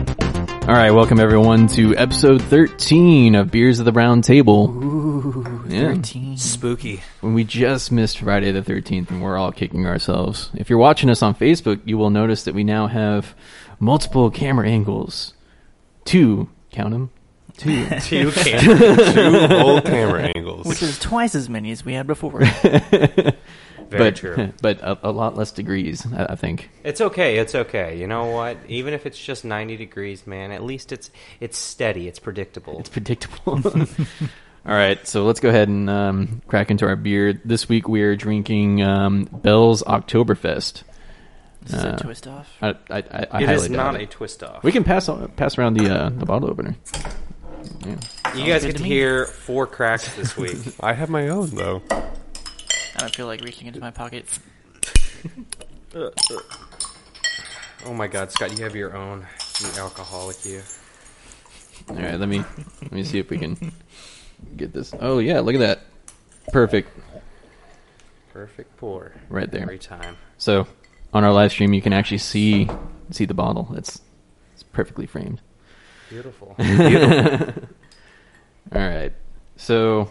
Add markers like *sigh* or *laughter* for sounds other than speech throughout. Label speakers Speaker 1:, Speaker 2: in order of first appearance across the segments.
Speaker 1: All right, welcome everyone to episode 13 of Beers of the Round Table. Yeah.
Speaker 2: *laughs* Spooky.
Speaker 1: When we just missed Friday the 13th and we're all kicking ourselves. If you're watching us on Facebook, you will notice that we now have multiple camera angles. Two, count *laughs* them. *laughs*
Speaker 3: *laughs*
Speaker 1: Two.
Speaker 2: *laughs* Two cam-
Speaker 4: two old camera angles.
Speaker 3: which is twice as many as we had
Speaker 1: *laughs*
Speaker 3: before.
Speaker 2: Very
Speaker 1: but
Speaker 2: true.
Speaker 1: *laughs* but a, a lot less degrees, I, I think.
Speaker 2: It's okay. It's okay. You know what? Even if it's just 90 degrees, man, at least it's it's steady. It's predictable.
Speaker 1: It's predictable. All right, so let's go ahead and um, crack into our beer. This week we are drinking um, Bell's Oktoberfest.
Speaker 3: This is
Speaker 1: Uh,
Speaker 3: a twist off.
Speaker 1: I, I, I, I
Speaker 2: It
Speaker 1: highly
Speaker 2: is
Speaker 1: doubt
Speaker 2: not
Speaker 1: it.
Speaker 2: a twist off.
Speaker 1: We can pass pass around the uh, the bottle opener.
Speaker 2: you guys
Speaker 3: good
Speaker 2: get
Speaker 3: to
Speaker 2: to
Speaker 3: me.
Speaker 2: hear four cracks
Speaker 1: *laughs*
Speaker 2: this week.
Speaker 4: I have my own though.
Speaker 3: I don't feel like reaching into my pocket.
Speaker 2: oh my God, Scott, you have your own. You alcoholic, you.
Speaker 1: All right, let me let me see if we can get this. Oh yeah, look at that, perfect
Speaker 2: Perfect pour
Speaker 1: right there.
Speaker 2: every time.
Speaker 1: So on our live stream, you can actually see see the bottle. It's it's perfectly framed. *laughs*
Speaker 2: Beautiful.
Speaker 1: All right, so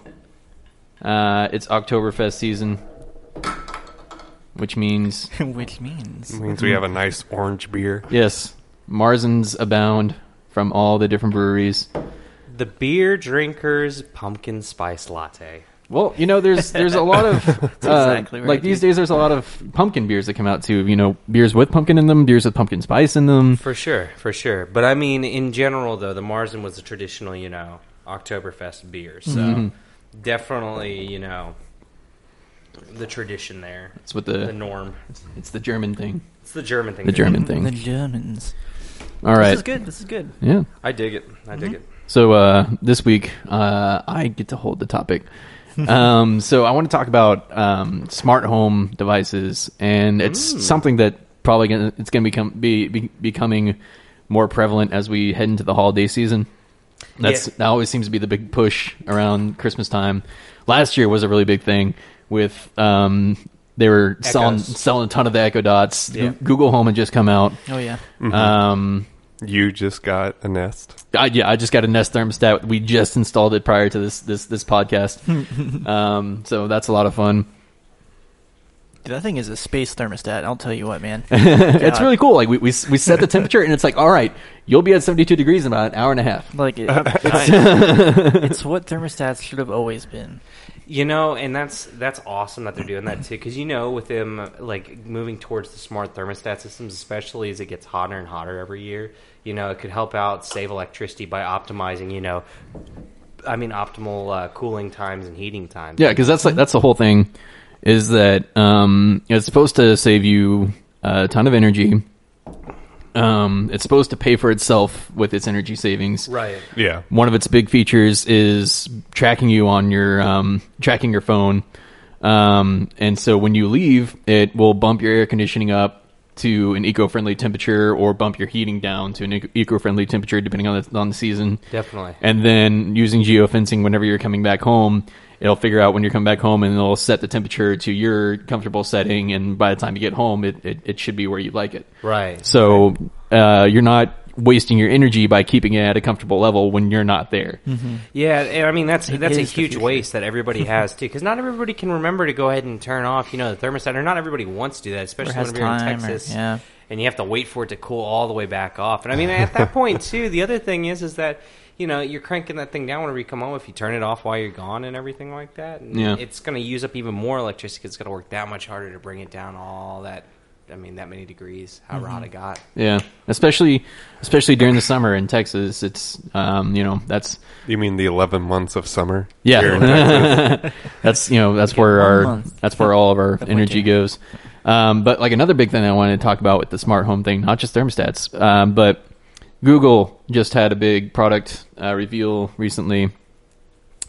Speaker 1: uh, it's Oktoberfest season, *laughs* which means
Speaker 3: which means
Speaker 4: It means we have a nice orange beer.
Speaker 1: yes, Marzens abound from all the different breweries.
Speaker 2: the beer drinker's pumpkin spice latte.
Speaker 1: Well, you know, there's there's a lot
Speaker 3: *laughs*
Speaker 1: of uh,
Speaker 3: exactly right,
Speaker 1: like these
Speaker 3: dude.
Speaker 1: days. There's a lot of pumpkin beers that come out too. You know, beers with pumpkin in them, beers with pumpkin spice in them.
Speaker 2: For sure, for sure. But I mean, in general, though, the Marzen was a traditional, you know, Oktoberfest beer. So
Speaker 1: Mm-hmm.
Speaker 2: definitely, you know, the tradition there,
Speaker 1: It's what
Speaker 2: the
Speaker 1: the
Speaker 2: norm.
Speaker 1: it's the German thing,
Speaker 2: It's the German thing.
Speaker 1: the
Speaker 2: to do.
Speaker 1: German
Speaker 3: the
Speaker 1: thing.
Speaker 3: Germans.
Speaker 1: All right,
Speaker 3: This is good. This is good.
Speaker 1: yeah.
Speaker 2: I dig it. I dig it.
Speaker 1: So uh, this week, uh, I get to hold the
Speaker 2: *laughs*
Speaker 1: topic. um, so I want to talk about um, smart home devices, and it's
Speaker 2: Mm.
Speaker 1: something that probably gonna, it's going to become be, be becoming more prevalent as we head into the holiday season. That's
Speaker 2: Yeah.
Speaker 1: that always seems to be the big push around Christmas time. Last year was a really big thing with um, they were selling
Speaker 2: Echoes.
Speaker 1: selling a ton of the Echo Dots.
Speaker 2: Yeah. Mm-hmm.
Speaker 1: Google Home had just come out.
Speaker 3: Oh yeah.
Speaker 1: Um,
Speaker 4: You just got a nest.
Speaker 1: I, yeah, I just got a Nest thermostat. We just installed it prior to this this this podcast, um, so that's a lot of fun. *laughs*
Speaker 3: Dude, that thing is a space thermostat. I'll tell you what, man.
Speaker 1: *laughs* It's really cool. Like we, we s- we set the temperature, and it's like, all right, you'll be at seventy two degrees in about an hour and a half. *laughs*
Speaker 3: like it, it's, it's what thermostats should have always been.
Speaker 2: You know, and that's that's awesome that they're doing that too, because you know, with them like moving towards the smart thermostat systems, especially as it gets hotter and hotter every year, you know, it could help out save electricity by optimizing, you know, I mean, optimal uh, cooling times and heating times.
Speaker 1: Yeah, because that's like that's the whole thing, is that um, it's supposed to save you a ton of energy. Um, it's supposed to pay for itself with its energy savings.
Speaker 2: right.
Speaker 4: Yeah.
Speaker 1: One of its big features is tracking you on your um, tracking your phone, um, and so when you leave, it will bump your air conditioning up to an eco-friendly temperature, or bump your heating down to an eco- eco-friendly temperature, depending on the, on the season.
Speaker 2: Definitely.
Speaker 1: And then using geofencing whenever you're coming back home, it'll figure out when you're coming back home, and it'll set the temperature to your comfortable setting. And by the time you get home, it it, it should be where you like it.
Speaker 2: Right.
Speaker 1: So uh, you're not wasting your energy by keeping it at a comfortable level when you're not there.
Speaker 2: Yeah, and I mean that's that's a
Speaker 3: is the
Speaker 2: huge
Speaker 3: future.
Speaker 2: waste that everybody has too, because not everybody can remember to go ahead and turn off, you know, the thermostat, or not everybody wants to do that, especially
Speaker 3: has
Speaker 2: when you're in
Speaker 3: time or-
Speaker 2: Texas,
Speaker 3: yeah.
Speaker 2: and you have to wait for it to cool all the way back off. And I mean, at
Speaker 3: *laughs*
Speaker 2: that point too, the other thing is, is that you know you're cranking that thing down whenever you come home. If you turn it off while you're gone and everything like that, and
Speaker 1: Yeah.
Speaker 2: it's going to use up even more electricity. 'cause It's going to work that much harder to bring it down all that. I mean, that many degrees,
Speaker 3: Mm-hmm.
Speaker 2: however hot it got.
Speaker 1: Yeah, especially especially during the summer in Texas. It's um, you know that's
Speaker 4: You mean the eleven months of summer?
Speaker 1: Yeah. *laughs*
Speaker 4: Here in Texas?
Speaker 1: that's you know that's where
Speaker 3: one
Speaker 1: our
Speaker 3: month.
Speaker 1: that's where all of
Speaker 3: *laughs*
Speaker 1: our
Speaker 3: Good point,
Speaker 1: energy
Speaker 3: Jamie.
Speaker 1: goes. Um, but like another big thing I wanted to talk about with the smart home thing, not just thermostats, um, but Google just had a big product uh, reveal recently,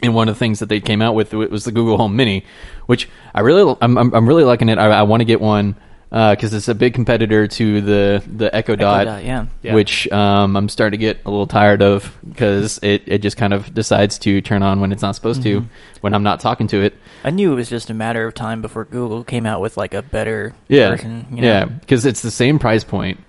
Speaker 1: and one of the things that they came out with was the Google Home Mini, which I really I'm I'm, I'm really liking it. I, I want to get one because it's a big competitor to the the Echo Dot,
Speaker 3: Dot, yeah.
Speaker 2: Yeah.
Speaker 1: which um, I'm starting to get a little tired of because it it just kind of decides to turn on when it's not supposed
Speaker 3: Mm-hmm.
Speaker 1: to when I'm not talking to it.
Speaker 3: I knew it was just a matter of time before Google came out with like a better
Speaker 1: yeah
Speaker 3: version. You know?
Speaker 1: yeah because it's the same price point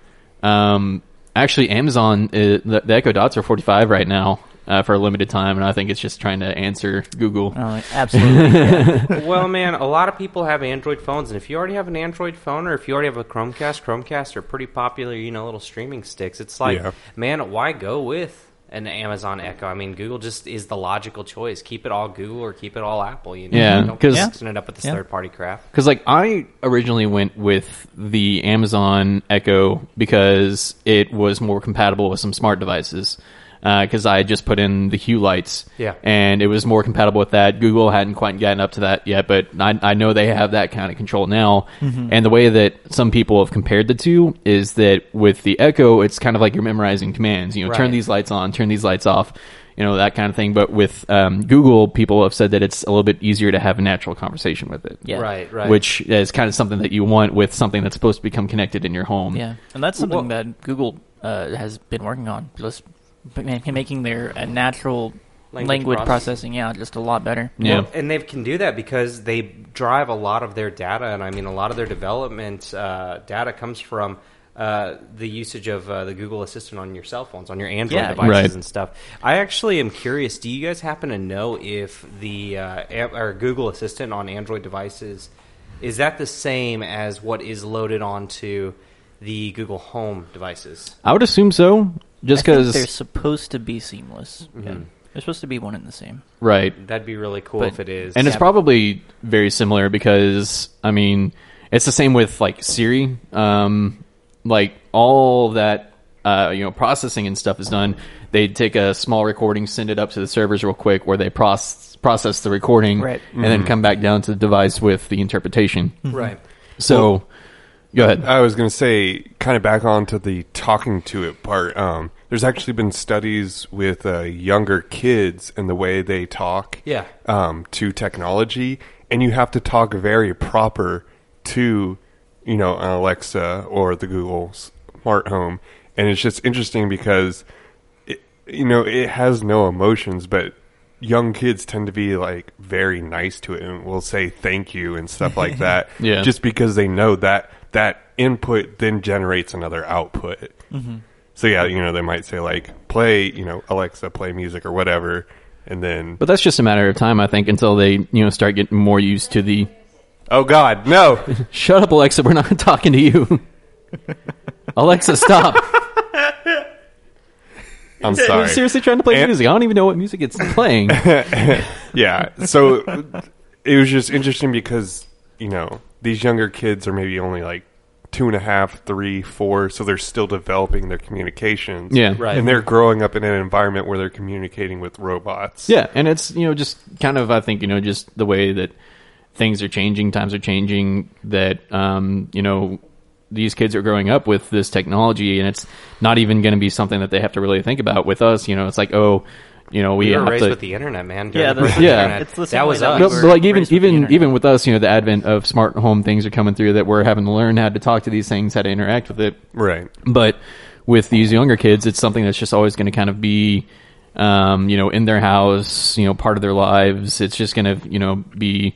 Speaker 1: um actually, Amazon uh the, the Echo Dots are 45 right now uh, for a limited time, and I think it's just trying to answer Google.
Speaker 3: I'm like, Oh, absolutely. yeah.
Speaker 2: well, man, a lot of people have Android phones, and if you already have an Android phone or if you already have a Chromecast, Chromecasts are pretty popular, you know, little streaming sticks. It's like,
Speaker 4: Yeah.
Speaker 2: man, why go with an Amazon Echo? I mean, Google just is the logical choice. Keep it all Google or keep it all Apple. You know,
Speaker 1: Yeah,
Speaker 2: don't
Speaker 1: 'cause-
Speaker 2: keep mixing it up with this
Speaker 3: Yeah.
Speaker 2: third party crap.
Speaker 1: Because like I originally went with the Amazon Echo because it was more compatible with some smart devices. Because I had just put in the Hue lights,
Speaker 2: Yeah.
Speaker 1: and it was more compatible with that. Google hadn't quite gotten up to that yet, but I, I know they have that kind of control now.
Speaker 2: Mm-hmm.
Speaker 1: And the way that some people have compared the two is that with the Echo, it's kind of like you're memorizing commands. You know, turn
Speaker 2: Right.
Speaker 1: these lights on, turn these lights off, you know, that kind of thing. But with um, Google, people have said that it's a little bit easier to have a natural conversation with it
Speaker 3: Yeah.
Speaker 2: Right, right.
Speaker 1: which is kind of something that you want with something that's supposed to become connected in your home.
Speaker 3: Yeah. And that's something
Speaker 2: Well-
Speaker 3: that Google uh, has been working on, just ma- making their uh, natural
Speaker 2: Language
Speaker 3: language,
Speaker 2: process.
Speaker 3: processing, yeah, just a lot better.
Speaker 1: Yeah.
Speaker 2: Well, and they can do that because they drive a lot of their data, and I mean, a lot of their development uh, data comes from uh, the usage of uh, the Google Assistant on your cell phones, on your Android
Speaker 3: Yeah.
Speaker 2: devices,
Speaker 1: Right.
Speaker 2: and stuff. I actually am curious. Do you guys happen to know if the uh, Am- or Google Assistant on Android devices is that the same as what is loaded onto the Google Home devices?
Speaker 1: I would assume so, just
Speaker 3: I think they're
Speaker 1: because.
Speaker 3: supposed to be seamless. Yeah. They're supposed to be one and the same.
Speaker 1: Right,
Speaker 2: That'd be really cool
Speaker 3: But-
Speaker 2: if it is.
Speaker 1: and it's
Speaker 3: Yeah.
Speaker 1: probably very similar because I mean, it's the same with like Siri. Um, like all that uh, you know, processing and stuff is done. They take a small recording, send it up to the servers real quick, where they process process the recording,
Speaker 3: Right. Hmm.
Speaker 1: and then come back down to the device with the interpretation.
Speaker 2: right.
Speaker 1: So, go ahead.
Speaker 4: I was going to say, kind of back onto the talking to it part. Um, there's actually been studies with uh, younger kids and the way they talk
Speaker 2: Yeah.
Speaker 4: um, to technology, and you have to talk very proper to, you know, an Alexa or the Google Smart Home, and it's just interesting because, it, you know, it has no emotions, but young kids tend to be like very nice to it and will say thank you and stuff like that
Speaker 1: Yeah.
Speaker 4: just because they know that that input then generates another output. So yeah, you know, they might say like play, you know, Alexa play music or whatever and then
Speaker 1: But that's just a matter of time, I think, until they you know start getting more used to the
Speaker 4: oh god,
Speaker 1: *laughs*
Speaker 4: no.
Speaker 1: shut up, Alexa. We're not *laughs* talking to you. Alexa, stop!
Speaker 4: I'm
Speaker 1: I'm
Speaker 4: *laughs* sorry.
Speaker 1: seriously trying to play
Speaker 4: And-
Speaker 1: music. I don't even know what music it's
Speaker 4: *laughs*
Speaker 1: playing.
Speaker 4: Yeah. So it was just interesting because, you know, these younger kids are maybe only like two and a half, three, four, so they're still developing their communications.
Speaker 1: Yeah.
Speaker 2: Right.
Speaker 4: And they're growing up in an environment where they're communicating with robots.
Speaker 1: yeah, and it's you know just kind of I think you know just the way that things are changing, times are changing. That um, you know these kids are growing up with this technology, and it's not even going to be something that they have to really think about. With us, you know, it's like oh, you know, we,
Speaker 2: We were
Speaker 1: have
Speaker 2: raised
Speaker 1: to
Speaker 2: with the internet, man.
Speaker 3: Yeah,
Speaker 2: During the
Speaker 3: that's-
Speaker 2: first
Speaker 1: yeah.
Speaker 2: internet.
Speaker 3: It's the same
Speaker 2: that
Speaker 3: way
Speaker 2: was
Speaker 3: that
Speaker 2: us.
Speaker 1: No,
Speaker 3: we
Speaker 1: but
Speaker 3: were
Speaker 1: like even
Speaker 3: raised with the
Speaker 1: even
Speaker 3: internet.
Speaker 1: even with us, you know, the advent of smart home things are coming through that we're having to learn how to talk to these things, how to interact with it.
Speaker 4: Right.
Speaker 1: But with these younger kids, it's something that's just always going to kind of be, um, you know, in their house, you know, part of their lives. It's just going to, you know, be.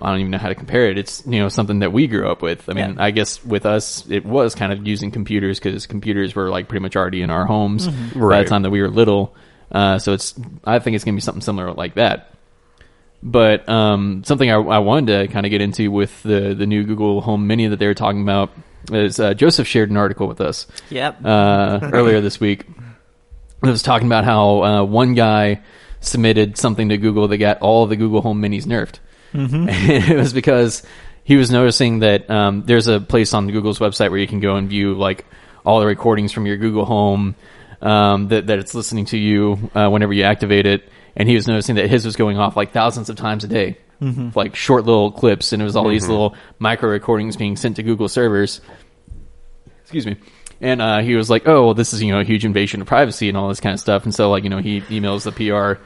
Speaker 1: I don't even know how to compare it. It's you know something that we grew up with. I mean,
Speaker 3: Yeah.
Speaker 1: I guess with us, it was kind of using computers because computers were like pretty much already in our homes
Speaker 3: Mm-hmm.
Speaker 1: by
Speaker 4: Right.
Speaker 1: the time that we were little. Uh, so it's I think it's going to be something similar like that. But um, something I, I wanted to kind of get into with the the new Google Home Mini that they were talking about is uh, Joseph shared an article with us
Speaker 3: Yep.
Speaker 1: uh, earlier this week. It was talking about how uh, one guy submitted something to Google that got all of the Google Home Minis nerfed. *laughs* And it was because he was noticing that um, there's a place on Google's website where you can go and view like all the recordings from your Google Home um, that that it's listening to you uh, whenever you activate it. And he was noticing that his was going off like thousands of times a day, like short little clips, and it was all these little micro recordings being sent to Google servers excuse me and uh, he was like oh well, this is you know a huge invasion of privacy and all this kind of stuff and so like you know he emails the pr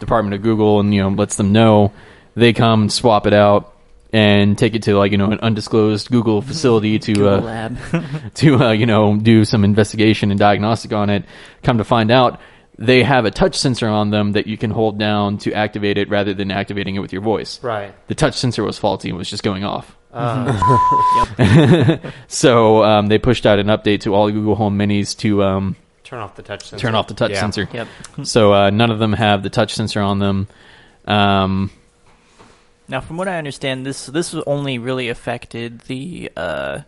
Speaker 1: department of google and you know lets them know they come swap it out and take it to like you know an undisclosed google facility to
Speaker 3: Google
Speaker 1: uh,
Speaker 3: Lab. *laughs*
Speaker 1: to uh, you know do some investigation and diagnostic on it. Come to find out, they have a touch sensor on them that you can hold down to activate it rather than activating it with your voice.
Speaker 2: *laughs* Right.
Speaker 1: The touch sensor was faulty and was just going off.
Speaker 2: Uh,
Speaker 3: Yep.
Speaker 1: So um, they pushed out an update to all Google Home Minis to um,
Speaker 2: Turn off the touch sensor.
Speaker 1: turn off the touch
Speaker 2: Yeah.
Speaker 1: sensor.
Speaker 3: Yep.
Speaker 1: So uh, none of them have the touch sensor on them. Um,
Speaker 3: Now, from what I understand, this this was only really affected the uh,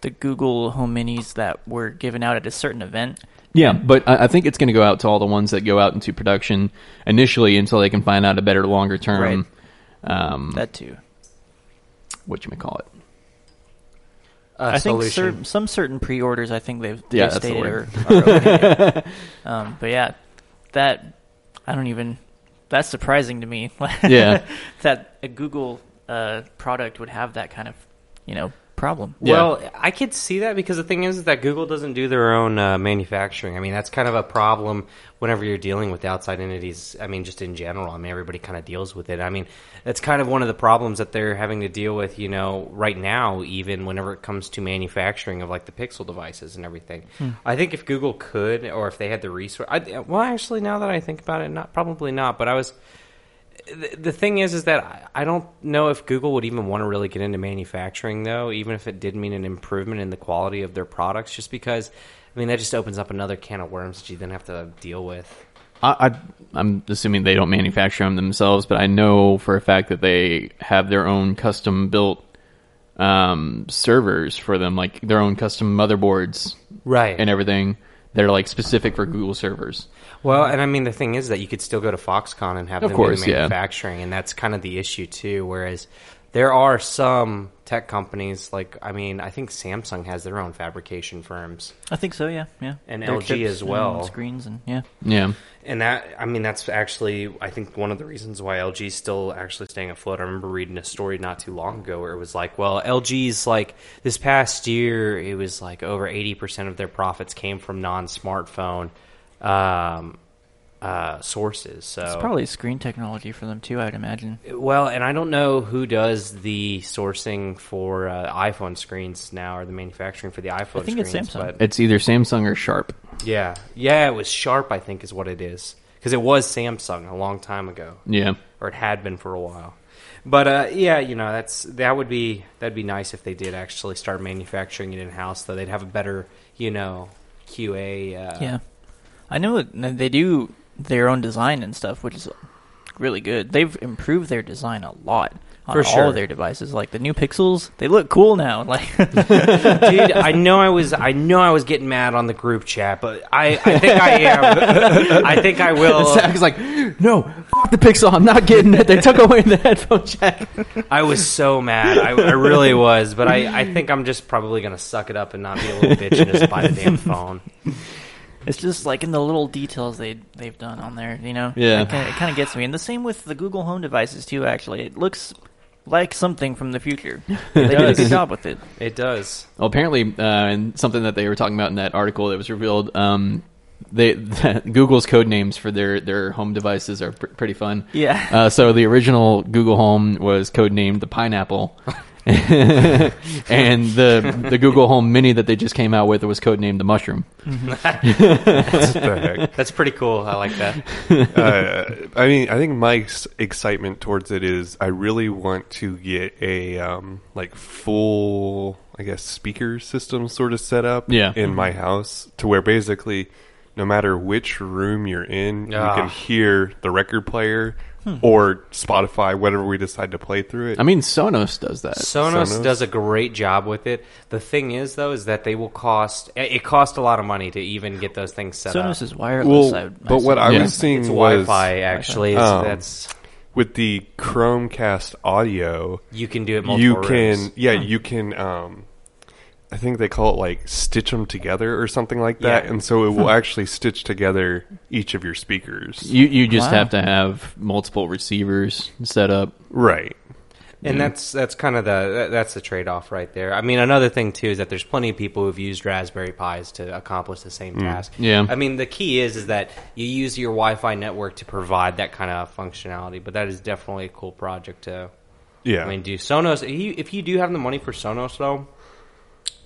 Speaker 3: the Google Home Minis that were given out at a certain event.
Speaker 1: yeah, but I, I think it's going to go out to all the ones that go out into production initially until they can find out a better, longer term. Um,
Speaker 3: That too.
Speaker 1: what you may call it.
Speaker 2: Uh,
Speaker 3: I think cer-
Speaker 2: solution.
Speaker 3: some certain pre-orders. I think they've
Speaker 1: Yeah,
Speaker 3: they've
Speaker 1: that's the
Speaker 3: stated
Speaker 1: word.
Speaker 3: are, are okay.
Speaker 1: *laughs*
Speaker 3: um, but yeah, that I don't even. That's surprising to me. *laughs*
Speaker 1: Yeah.
Speaker 3: that a Google uh, product would have that kind of you know problem.
Speaker 1: Yeah.
Speaker 2: Well, I could see that because the thing is that Google doesn't do their own uh, manufacturing. I mean, that's kind of a problem whenever you're dealing with outside entities. I mean, just in general. I mean, everybody kind of deals with it. I mean, that's kind of one of the problems that they're having to deal with, you know, right now, even whenever it comes to manufacturing of like the Pixel devices and everything. I think if Google could, or if they had the resource, I, well, actually, now that I think about it, not probably not. But I was the the thing is, is that I- I don't know if Google would even want to really get into manufacturing, though, even if it did mean an improvement in the quality of their products, just because, I mean, that just opens up another can of worms that you then have to deal with.
Speaker 1: I, I, I'm assuming they don't manufacture them themselves, but I know for a fact that they have their own custom built um, servers for them, like their own custom motherboards
Speaker 2: Right.
Speaker 1: and everything. They're like specific for Google servers.
Speaker 2: well, and I mean, the thing is that you could still go to Foxconn and have
Speaker 1: Of
Speaker 2: them
Speaker 1: course,
Speaker 2: do the
Speaker 1: yeah.
Speaker 2: manufacturing, and that's kind of the issue, too. Whereas there are some tech companies, like, I mean, I think Samsung has their own fabrication firms.
Speaker 3: I think so. Yeah, yeah.
Speaker 2: And
Speaker 3: Their
Speaker 2: LG
Speaker 3: chips
Speaker 2: as well.
Speaker 3: and screens and yeah.
Speaker 1: Yeah.
Speaker 2: And that, I mean, that's actually, I think, one of the reasons why LG is still actually staying afloat. I remember reading a story not too long ago where it was like, well, LG's like this past year, it was like over eighty percent of their profits came from non-smartphone um, uh, sources. So
Speaker 3: It's probably screen technology for them too. I would imagine.
Speaker 2: well, and I don't know who does the sourcing for uh, iPhone screens now or the manufacturing for the iPhone.
Speaker 3: think it's
Speaker 2: screens,
Speaker 3: Samsung.
Speaker 2: But
Speaker 1: It's either Samsung or Sharp.
Speaker 2: yeah, yeah, it was Sharp, I think, is what it is because it was Samsung a long time ago.
Speaker 1: Yeah.
Speaker 2: or it had been for a while. But uh, yeah, you know that's that would be that'd be nice if they did actually start manufacturing it in house. Though they'd have a better you know QA. Uh,
Speaker 3: yeah, I know that they do their own design and stuff, which is really good. They've improved their design a lot on
Speaker 2: For
Speaker 3: all
Speaker 2: sure.
Speaker 3: of their devices. Like the new Pixels, they look cool now. *laughs* Like
Speaker 2: dude, I know I was I know I was getting mad on the group chat, but I, I think I am. I think I will.
Speaker 1: *laughs* Zach's like, no, fuck the Pixel. I'm not getting it. They took away the *laughs* headphone jack.
Speaker 2: I was so mad. I, I really was, but I, I think I'm just probably gonna suck it up and not be a little bitch and just buy the damn phone.
Speaker 3: it's just like in the little details they they've done on there. You know,
Speaker 1: Yeah.
Speaker 3: it kind, of, it kind of gets me. And the same with the Google Home devices too. Actually, it looks like something from the future. They did a
Speaker 2: does.
Speaker 3: good job with it.
Speaker 2: It does.
Speaker 1: Well, apparently, uh, and something that they were talking about in that article that was revealed, um, they *laughs* Google's code names for their, their home devices are pr- pretty fun.
Speaker 3: Yeah.
Speaker 1: Uh, so the original Google Home was codenamed the Pineapple, *laughs* and the the Google Home Mini that they just came out with was codenamed the Mushroom.
Speaker 4: What the heck?
Speaker 2: That's pretty cool. I like that.
Speaker 4: uh, I mean, I think my s- excitement towards it is I really want to get a um, like full, I guess, speaker system sort of set up
Speaker 1: Yeah.
Speaker 4: in my house to where basically no matter which room you're in, you
Speaker 2: Ah.
Speaker 4: can hear the record player or Spotify, whatever we decide to play through it.
Speaker 1: I mean, Sonos does that.
Speaker 2: Sonos,
Speaker 4: Sonos.
Speaker 2: does a great job with it. The thing is, though, is that they will cost. it- It costs a lot of money to even get those things set
Speaker 3: Sonos
Speaker 2: up.
Speaker 3: is wireless. I
Speaker 4: well,
Speaker 3: would-
Speaker 4: but what I
Speaker 1: Yeah.
Speaker 4: was seeing
Speaker 2: it's
Speaker 4: was
Speaker 2: Wi-Fi actually.
Speaker 4: Wi-Fi.
Speaker 2: so
Speaker 4: Oh.
Speaker 2: that's
Speaker 4: with the Chromecast audio.
Speaker 2: you can do it
Speaker 4: you
Speaker 2: multiple
Speaker 4: can
Speaker 2: rooms.
Speaker 4: yeah you can um i think they call it like stitch them together or something like that
Speaker 2: Yeah. Hmm.
Speaker 4: and so it will actually stitch together each of your speakers
Speaker 1: You you just
Speaker 3: Wow.
Speaker 1: have to have multiple receivers set up.
Speaker 4: right
Speaker 2: and that's that's kind of the that- that's the trade off right there. I mean, another thing too is that there's plenty of people who've used Raspberry Pis to accomplish the
Speaker 4: Mm.
Speaker 2: same task.
Speaker 1: Yeah.
Speaker 2: I mean, the key is is that you use your Wi-Fi network to provide that kind of functionality. But that is definitely a cool project too.
Speaker 4: yeah
Speaker 2: I mean, do Sonos? If you, if you do have the money for Sonos, though,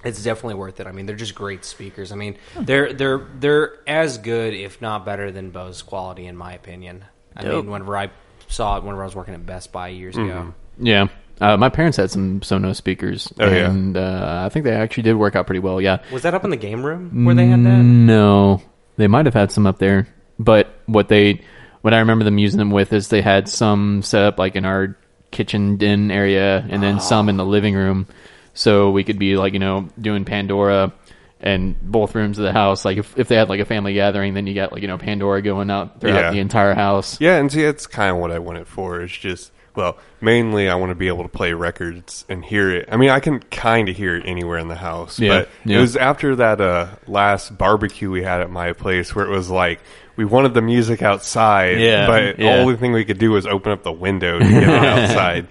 Speaker 2: it's definitely worth it. I mean, they're just great speakers. I mean, they're they're they're as good, if not better, than Bose quality, in my opinion. I
Speaker 3: Dope.
Speaker 4: Mm-hmm.
Speaker 2: mean, whenever I saw it, whenever I was working at Best Buy years ago,
Speaker 1: Yeah. Uh, my parents had some Sonos speakers,
Speaker 4: Oh, yeah.
Speaker 1: and uh, I think they actually did work out pretty well. Yeah,
Speaker 2: Was that up in the game
Speaker 4: Mm,
Speaker 2: room where they had that?
Speaker 1: No, they might have had some up there, but what they, what I remember them using them with is they had some set up like in our kitchen den area, and then some in the living room, so we could be like you know doing Pandora. And both rooms of the house, like if, if they had like a family gathering, then you got like you know Pandora going out throughout
Speaker 4: Yeah.
Speaker 1: the entire house.
Speaker 4: Yeah, and see, that's kind of what I want it for. Is just well, mainly I want to be able to play records and hear it. I mean, I can kind of hear it anywhere in the house.
Speaker 1: Yeah,
Speaker 4: but
Speaker 1: yeah.
Speaker 4: it was after that uh, last barbecue we had at my place where it was like we wanted the music outside.
Speaker 1: Yeah,
Speaker 4: but
Speaker 1: yeah.
Speaker 4: all the thing we could do was open up
Speaker 1: *laughs*
Speaker 4: the window to get it outside.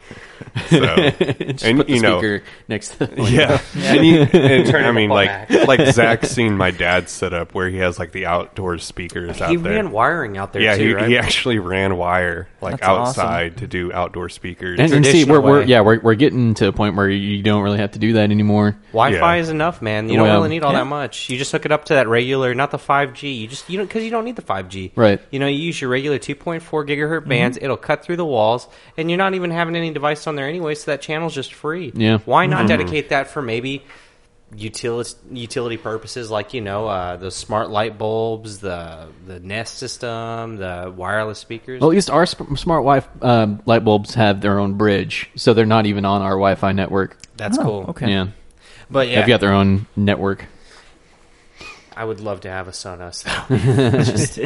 Speaker 4: So
Speaker 1: Just
Speaker 4: And,
Speaker 1: put the
Speaker 4: you know-
Speaker 1: speaker next
Speaker 4: *laughs*
Speaker 1: to the
Speaker 4: yeah, and, *laughs* you, and
Speaker 2: Turn
Speaker 4: I
Speaker 2: it
Speaker 4: mean,
Speaker 2: up on
Speaker 4: like
Speaker 2: max.
Speaker 4: like
Speaker 2: *laughs*
Speaker 4: Zach's seen my dad's setup where he has like the outdoor speakers out
Speaker 2: He
Speaker 4: there.
Speaker 2: ran wiring out there
Speaker 4: Yeah,
Speaker 2: too,
Speaker 4: he,
Speaker 2: right?
Speaker 4: he actually ran wire like
Speaker 3: That's awesome.
Speaker 4: outside to do outdoor speakers.
Speaker 1: and, and see
Speaker 2: Traditional
Speaker 1: we're, we're
Speaker 2: way.
Speaker 1: yeah we're we're getting to a point where you don't really have to do that anymore.
Speaker 2: Wi-Fi
Speaker 4: Yeah.
Speaker 2: is enough, man. You don't
Speaker 1: Well,
Speaker 2: really need all
Speaker 1: yeah.
Speaker 2: that much. You just hook it up to that regular, not the five G. You just you don't because you don't need the five G.
Speaker 1: Right. Mm-hmm.
Speaker 2: You know, you use your regular two point four gigahertz bands. It'll cut through the walls, and you're not even having any device on there anyway. So that channel's just free.
Speaker 1: Yeah. Mm-hmm.
Speaker 2: Why not dedicate that for maybe utility utility purposes like you know uh, the smart light bulbs, the the Nest system, the wireless speakers.
Speaker 1: Well, at least our sp- smart Wi um light bulbs have their own bridge, so they're not even on our Wi-Fi network.
Speaker 2: That's
Speaker 3: Oh,
Speaker 2: cool.
Speaker 3: Okay.
Speaker 1: Yeah.
Speaker 2: But yeah,
Speaker 1: they've got their own network.
Speaker 2: I would love to have a Sonos.
Speaker 1: *laughs*
Speaker 2: *laughs* Just-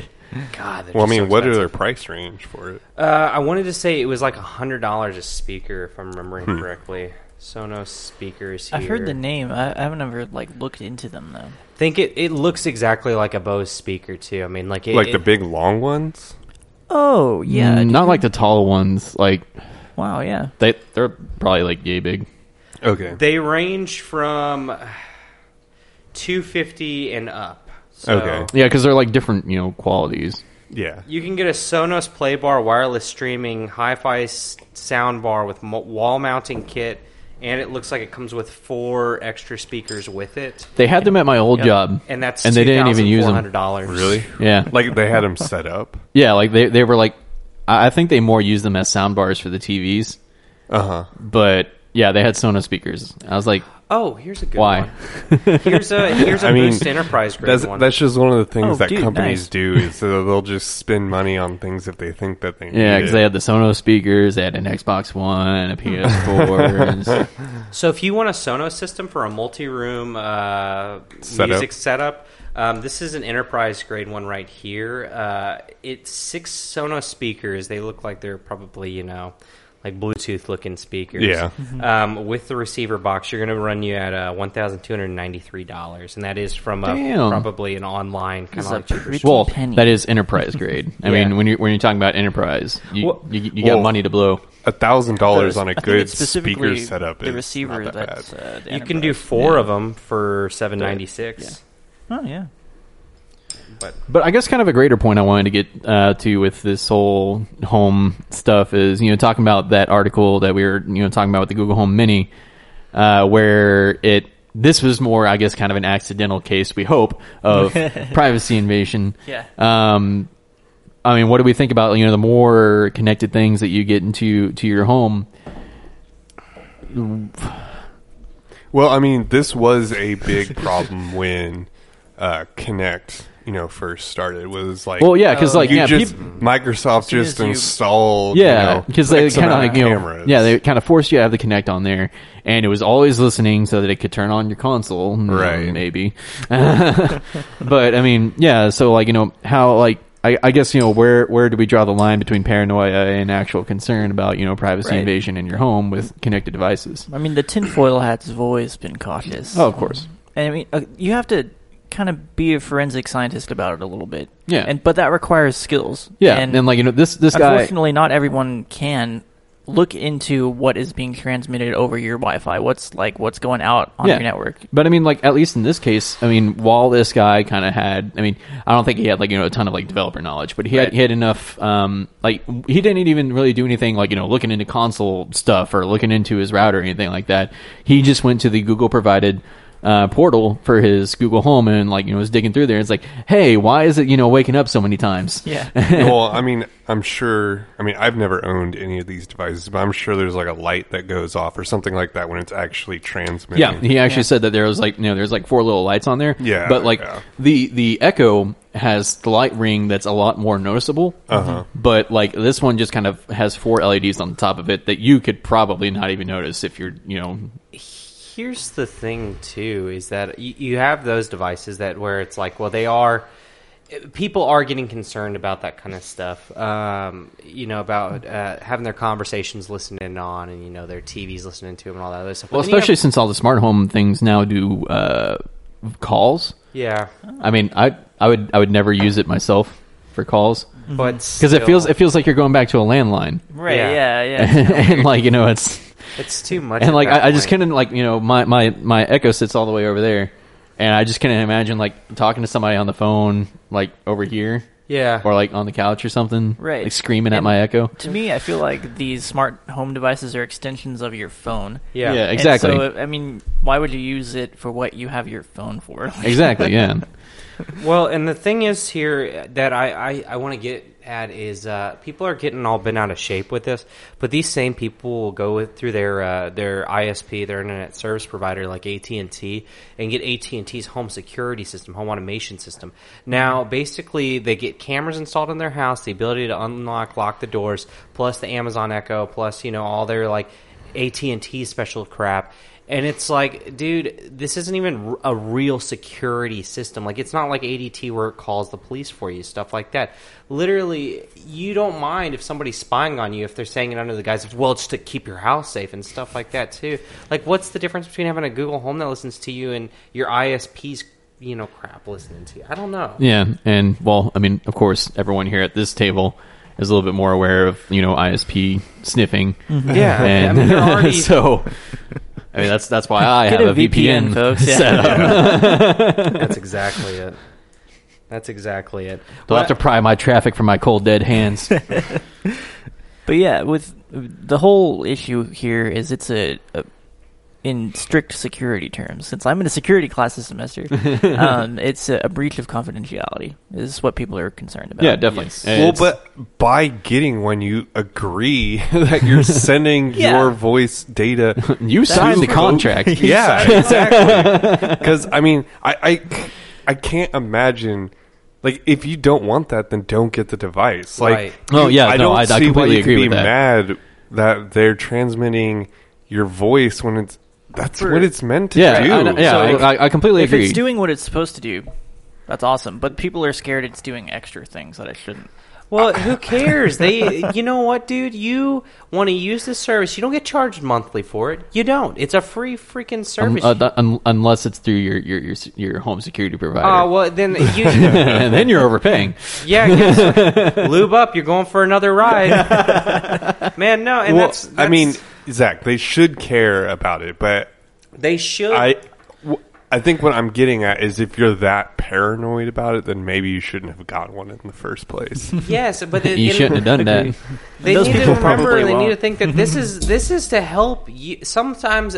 Speaker 2: God, they're
Speaker 4: well, I
Speaker 2: just
Speaker 4: mean,
Speaker 2: so
Speaker 4: what are
Speaker 2: expensive.
Speaker 4: their price range for it?
Speaker 2: Uh, I wanted to say it was like hundred dollars a speaker, if I'm remembering
Speaker 1: Hmm.
Speaker 2: correctly. Sonos speakers. Here.
Speaker 3: I've heard the name. I, I haven't ever like looked into them though.
Speaker 2: Think it, it looks exactly like a Bose speaker too. I mean, like it,
Speaker 4: like the
Speaker 2: it-
Speaker 4: big long ones?
Speaker 3: Oh yeah,
Speaker 1: Mm,
Speaker 3: dude.
Speaker 1: not like the tall ones. Like
Speaker 3: wow, yeah.
Speaker 1: they they're probably like yay big.
Speaker 4: Okay.
Speaker 2: They range from two fifty and up. So
Speaker 4: Okay.
Speaker 1: Yeah, because they're like different, you know, qualities.
Speaker 4: yeah.
Speaker 2: You can get a Sonos Playbar wireless streaming hi-fi s- sound bar with mo- wall mounting kit, and it looks like it comes with four extra speakers with it,
Speaker 1: They had them at my old
Speaker 3: Yep.
Speaker 1: job,
Speaker 2: and that's
Speaker 1: and they didn't even use them.
Speaker 2: $2,400.
Speaker 4: Really?
Speaker 1: Yeah,
Speaker 4: Like they had them set up?
Speaker 1: yeah, like they they were like, I I think they more used them as sound bars for the TVs,
Speaker 4: Uh huh.
Speaker 1: but yeah, they had Sonos speakers. I was like,
Speaker 2: Oh, here's a good
Speaker 1: why?
Speaker 2: one.
Speaker 1: *laughs*
Speaker 2: Here's a here's a
Speaker 4: *laughs* I mean,
Speaker 2: Boost Enterprise grade
Speaker 4: That's,
Speaker 2: one.
Speaker 4: that's just one of the things
Speaker 3: Oh,
Speaker 4: that
Speaker 3: dude,
Speaker 4: companies
Speaker 3: nice.
Speaker 4: do is so they'll just spend money on things if they think that they need
Speaker 1: yeah, because they
Speaker 4: it.
Speaker 1: had the Sonos speakers, they had an Xbox
Speaker 2: *laughs*
Speaker 1: One, a PS4. and s-
Speaker 2: so if you want a Sonos system for a multi-room uh,
Speaker 4: Setup.
Speaker 2: music setup, um, this is an Enterprise grade one right here. Uh, it's six Sonos speakers. They look like they're probably you know like Bluetooth looking speakers.
Speaker 4: Yeah.
Speaker 2: Um, with the receiver box, you're going to run you at uh, one thousand two hundred ninety three dollars, and that is from a,
Speaker 1: Damn.
Speaker 2: probably an online kind
Speaker 3: That's
Speaker 2: of
Speaker 3: a
Speaker 2: like cheaper
Speaker 3: pretty
Speaker 1: Well,
Speaker 3: penny.
Speaker 1: that is enterprise grade. I
Speaker 2: Yeah.
Speaker 1: mean, when you when you're talking about enterprise, you
Speaker 2: Well-
Speaker 1: you, you
Speaker 4: Well,
Speaker 1: got money to blow.
Speaker 4: a thousand dollars Oh, on a
Speaker 3: I think
Speaker 4: good
Speaker 3: it's specifically
Speaker 4: speaker setup.
Speaker 3: the
Speaker 4: is
Speaker 3: receiver
Speaker 4: not that
Speaker 3: that's
Speaker 4: bad.
Speaker 3: uh, the
Speaker 2: You can do four of them for seven ninety six.
Speaker 3: Oh yeah.
Speaker 2: But
Speaker 1: But I guess kind of a greater point I wanted to get uh, to with this whole home stuff is you know talking about that article that we were you know talking about with the Google Home Mini, uh, where it this was more I guess kind of an accidental case we hope
Speaker 2: *laughs*
Speaker 1: of privacy invasion.
Speaker 3: Yeah.
Speaker 1: Um, I mean, what do we think about you know the more connected things that you get into to your home?
Speaker 4: Well, I mean, this was
Speaker 3: *laughs*
Speaker 4: a big problem when uh, Connect, you know, first started. Was like, uh,
Speaker 1: Well, yeah, because like
Speaker 4: you
Speaker 1: yeah,
Speaker 4: just
Speaker 1: peop-
Speaker 4: Microsoft
Speaker 3: soon as
Speaker 4: just
Speaker 3: you-
Speaker 4: installed,
Speaker 1: Yeah, because *laughs*
Speaker 4: because you
Speaker 1: they
Speaker 4: know,
Speaker 1: kind of like you know,
Speaker 4: cameras.
Speaker 1: yeah they kind of forced you to have the Connect on there, and it was always listening so that it could turn on your console, Mm,
Speaker 4: Right.
Speaker 1: Maybe, *laughs* but I mean, yeah. So like you know how like I, I guess you know where where do we draw the line between paranoia and actual concern about you know privacy
Speaker 3: Right.
Speaker 1: invasion in your home with connected devices?
Speaker 3: I mean, the tinfoil hat's always been cautious.
Speaker 1: Oh, of course.
Speaker 3: And I mean, uh, you have to kind of be a forensic scientist about it a little bit.
Speaker 1: Yeah.
Speaker 3: And but that requires skills.
Speaker 1: Yeah, and, like you know this this guy.
Speaker 3: unfortunately, not everyone can look into what is being transmitted over your Wi-Fi. What's like what's going out on
Speaker 1: Yeah.
Speaker 3: your network.
Speaker 1: But I mean, like at least in this case, I mean, while this guy kind of had, I mean, I don't think he had like you know a ton of like developer knowledge, but he had
Speaker 3: Right.
Speaker 1: he had enough. Um, like he didn't even really do anything like you know looking into console stuff or looking into his router or anything like that. He just went to the Google provided uh, portal for his Google Home and like you know was digging through there. And it's like, hey, why is it you know waking up so many times?
Speaker 3: Yeah.
Speaker 4: well, I mean, I'm sure. I mean, I've never owned any of these devices, but I'm sure there's like a light that goes off or something like that when it's actually transmitting.
Speaker 1: Yeah, he actually
Speaker 3: Yeah.
Speaker 1: said that there was like you know there's like four little lights on there.
Speaker 4: Yeah,
Speaker 1: but like
Speaker 4: yeah.
Speaker 1: the the Echo has the light ring that's a lot more noticeable.
Speaker 4: Uh-huh.
Speaker 2: Mm-hmm.
Speaker 1: But like this one just kind of has four LEDs on the top of it that you could probably not even notice if you're you know
Speaker 2: Here's the thing too is that you, you have those devices that where it's like, well, they are people are getting concerned about that kind of stuff. Um, you know, about uh, having their conversations listened in on, and you know their TVs listening to them and all that other stuff.
Speaker 1: well
Speaker 2: But then you
Speaker 1: especially since all the smart home things now do uh, calls.
Speaker 2: have- yeah,
Speaker 1: I mean, I I would I would never use it myself for calls
Speaker 2: but
Speaker 1: because Mm-hmm. it feels
Speaker 2: still,
Speaker 1: it feels like you're going back to a landline.
Speaker 3: *laughs* Right.
Speaker 2: Yeah.
Speaker 1: *laughs*
Speaker 3: Yeah. Yeah.
Speaker 1: and like you know it's
Speaker 2: it's too much.
Speaker 1: and
Speaker 2: at
Speaker 1: like
Speaker 2: that
Speaker 1: I, I just
Speaker 2: point.
Speaker 1: couldn't like you know my my my echo sits all the way over there and i just couldn't imagine like talking to somebody on the phone like over here
Speaker 2: yeah.
Speaker 1: or like on the couch or something
Speaker 3: Right.
Speaker 1: like screaming at
Speaker 3: And-
Speaker 1: my echo
Speaker 3: To me, I feel like these smart home devices are extensions of your phone.
Speaker 2: yeah,
Speaker 1: yeah.
Speaker 3: And
Speaker 1: Exactly.
Speaker 3: *laughs* so, I mean, why would you use it for what you have your phone for? *laughs*
Speaker 1: exactly yeah
Speaker 2: Well, and the thing is here that I, I, I want to get at is uh, people are getting all bent out of shape with this, but these same people will go with, through their uh, their ISP, their internet service provider like AT and T, and get AT and T's home security system, home automation system. Now, basically, they get cameras installed in their house, the ability to unlock, lock the doors, plus the Amazon Echo, plus you know all their like AT and T special crap, and it's like, dude, this isn't even r- a real security system. Like, it's not like ADT where it calls the police for you, stuff like that. Literally, you don't mind if somebody's spying on you if they're saying it under the guise of, well, it's to keep your house safe and stuff like that, too. Like, what's the difference between having a Google Home that listens to you and your ISP's, you know, crap listening to you? I
Speaker 1: *laughs*
Speaker 2: don't know.
Speaker 1: yeah and well i mean of course everyone here at this table is a little bit more aware of you know isp sniffing
Speaker 3: Mm-hmm.
Speaker 2: Yeah. I
Speaker 1: and *laughs*
Speaker 2: mean, they're already.
Speaker 1: so i mean that's that's why i
Speaker 3: Get
Speaker 1: have
Speaker 3: a
Speaker 1: *laughs*
Speaker 3: VPN, folks, yeah.
Speaker 1: set up
Speaker 3: *laughs*
Speaker 2: that's exactly it. That's exactly it.
Speaker 1: they'll have to pry my traffic from my cold dead hands
Speaker 3: But yeah, with the whole issue here is it's a, a in strict security terms. Since I'm in a security class
Speaker 1: *laughs*
Speaker 3: this semester, um, it's a, a breach of confidentiality. Is what people are concerned about.
Speaker 1: yeah definitely
Speaker 2: Yes.
Speaker 1: And
Speaker 4: Well,
Speaker 1: it's-
Speaker 4: but by getting one, you agree *laughs* that
Speaker 1: *laughs*
Speaker 4: you're sending
Speaker 3: Yeah.
Speaker 4: your voice data.
Speaker 1: you signed the *laughs* contract
Speaker 4: yeah, *laughs* exactly. Because I mean, I, I, I can't imagine. Like, if you don't want that, then don't get the device. Like,
Speaker 2: Right.
Speaker 1: Oh, yeah,
Speaker 4: I
Speaker 1: no,
Speaker 4: don't
Speaker 1: I- I
Speaker 4: see why
Speaker 1: completely
Speaker 4: you
Speaker 1: agree
Speaker 4: could be
Speaker 1: with that.
Speaker 4: mad that they're transmitting your voice when it's that's what it's meant to
Speaker 1: Yeah,
Speaker 4: do.
Speaker 1: I, yeah,
Speaker 3: So if-
Speaker 1: I, I- I completely
Speaker 3: if
Speaker 1: agree.
Speaker 3: it's doing what it's supposed to do, that's awesome. But people are scared it's doing extra things that it shouldn't.
Speaker 2: Well, who cares? They, you know what, dude? You want to use this service? You don't get charged monthly for it. You don't. It's a free freaking
Speaker 1: Um,
Speaker 2: service.
Speaker 1: uh, th- un- unless it's through your your your, s- your home security provider. *laughs*
Speaker 2: Oh well, then you,
Speaker 1: and then you're overpaying.
Speaker 2: yeah, yes. lube up. You're going for another ride,
Speaker 4: *laughs*
Speaker 2: man. No, and
Speaker 4: well,
Speaker 2: that's,
Speaker 4: I
Speaker 2: that's-
Speaker 4: mean, Zach, they should care about it, but
Speaker 2: they should.
Speaker 4: I, w- I think what I'm getting at is if you're that paranoid about it, then maybe you shouldn't have gotten one in the
Speaker 1: *laughs*
Speaker 4: first place.
Speaker 2: yes, but the,
Speaker 1: You shouldn't have done that.
Speaker 2: They
Speaker 3: Those
Speaker 2: need
Speaker 3: people
Speaker 2: to remember.
Speaker 3: probably
Speaker 2: They need
Speaker 3: won't.
Speaker 2: to think that this is this is to help you. Sometimes,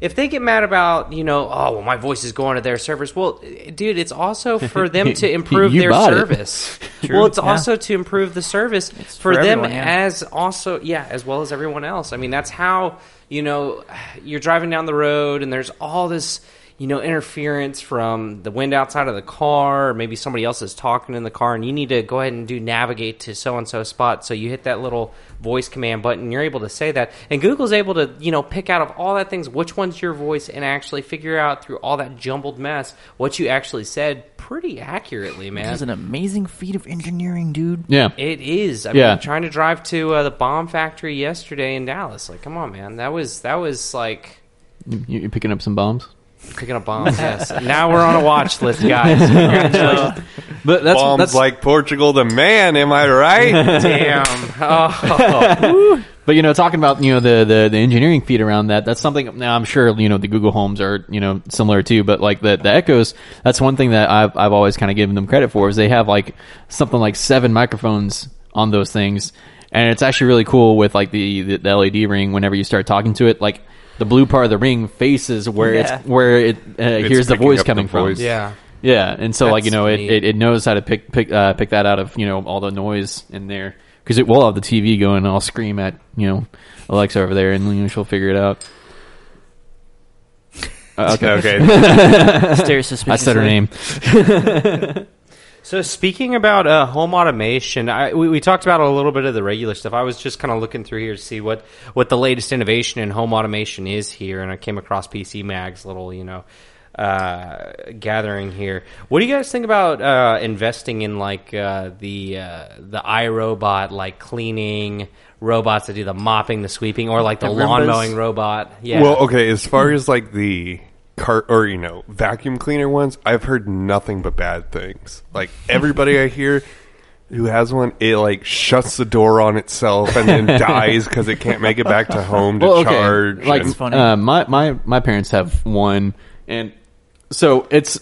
Speaker 2: if they get mad about you know, oh well, my voice is going to their service. Well, dude, it's also
Speaker 3: *laughs*
Speaker 2: for them to improve
Speaker 1: You
Speaker 2: their
Speaker 1: bought it.
Speaker 2: service. Well, it's
Speaker 3: yeah.
Speaker 2: also to improve the service
Speaker 3: for
Speaker 2: for, them
Speaker 3: everyone, yeah.
Speaker 2: as also yeah, as well as everyone else. I mean, that's how you know you're driving down the road and there's all this. You know, interference from the wind outside of the car, or maybe somebody else is talking in the car, and you need to go ahead and do navigate to so and so spot. So you hit that little voice command button, you're able to say that. And Google's able to, you know, pick out of all that things which one's your voice and actually figure out through all that jumbled mess what you actually said pretty accurately, man.
Speaker 3: This is an amazing feat of
Speaker 1: *laughs*
Speaker 3: engineering, dude.
Speaker 1: Yeah,
Speaker 2: It is. I
Speaker 1: Yeah.
Speaker 2: mean, trying to drive to uh, the bomb factory yesterday in Dallas. Like, come on, man. That was that was like
Speaker 1: you, you're picking up some bombs.
Speaker 2: picking up bombs. yes. Now we're on a watch list, guys. Congratulations.
Speaker 1: But that's
Speaker 4: Bombs
Speaker 1: that's
Speaker 4: like Portugal, the man. Am I
Speaker 1: *laughs*
Speaker 4: right?
Speaker 2: Damn. Oh.
Speaker 1: But you know, talking about you know the, the the engineering feat around that, that's something. Now I'm sure you know the Google Homes are you know similar too, but like the the Echoes, that's one thing that I've I've always kind of given them credit for is they have like something like seven microphones on E those things, and it's actually really cool with like the the, the LED ring whenever you start talking to it, like. the blue part of the ring faces where
Speaker 3: Yeah.
Speaker 1: it's where it uh, hears the
Speaker 4: picking
Speaker 1: voice
Speaker 4: up the
Speaker 1: coming from.
Speaker 4: voice.
Speaker 2: Yeah.
Speaker 1: Yeah, and so like you
Speaker 2: That's
Speaker 1: know, it,
Speaker 2: neat.
Speaker 1: it, it knows how to pick pick uh, pick that out of you know all the noise in there because it will have the TV going. and I'll scream at you know Alexa over there, and you know, she'll figure it out.
Speaker 4: *laughs*
Speaker 1: Uh, okay,
Speaker 4: Okay.
Speaker 3: Stare
Speaker 1: I said her
Speaker 3: suspiciously.
Speaker 1: name.
Speaker 2: So speaking about uh, home automation, I, we, we talked about a little bit of the regular stuff. I was just kind of looking through here to see what, what the latest innovation in home automation is here, and I came across PC Mag's little you know uh, gathering here. What do you guys think about uh, investing in like uh, the uh, the iRobot, like cleaning robots that do the mopping, the sweeping, or like the,
Speaker 3: The
Speaker 2: lawn
Speaker 3: Roombas?
Speaker 2: mowing robot? Yeah.
Speaker 4: Well, okay. As far as like the cart or you know vacuum cleaner ones, I've heard nothing but bad things. Like everybody I hear who has one, it like shuts the door on itself and
Speaker 1: *laughs*
Speaker 4: then dies because it can't make it back to home to charge.
Speaker 1: Like
Speaker 4: and-
Speaker 3: funny.
Speaker 1: Uh, my my my parents have one, and so it's.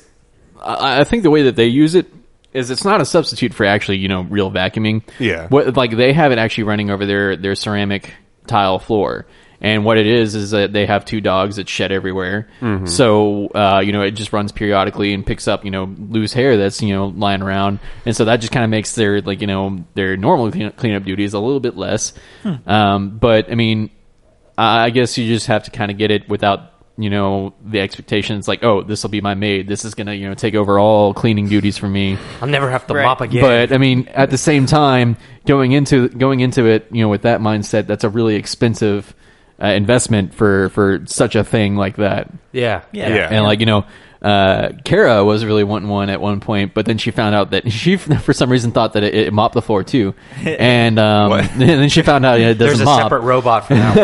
Speaker 1: I, I think the way that they use it is it's not a substitute for actually you know real vacuuming.
Speaker 4: Yeah.
Speaker 1: What like they have it actually running over their their ceramic tile floor. And what it is is that they have two dogs that shed everywhere. So uh, you know it just runs periodically and picks up you know loose hair that's you know lying around, and so that just kind of makes their like you know their normal clean- cleanup duties a little bit less. Um, but I mean, I I guess you just have to kind of get it without you know the expectations like oh this will be my maid this is gonna you know take over all cleaning duties for me
Speaker 2: I'll never have to
Speaker 3: Right.
Speaker 2: mop again.
Speaker 1: but i mean at the same time going into going into it you know with that mindset that's a really expensive uh, investment for for such a thing like that
Speaker 2: yeah.
Speaker 3: Yeah.
Speaker 4: Yeah.
Speaker 1: and like you know, uh, Kara was really wanting one at one point, but then she found out that *laughs* she, for some reason, thought that it, it mopped the floor
Speaker 4: *laughs*
Speaker 1: too, and um, *laughs*
Speaker 4: What?
Speaker 1: and then she found out yeah, it
Speaker 2: There's
Speaker 1: doesn't
Speaker 2: a
Speaker 1: mop,
Speaker 2: separate robot for that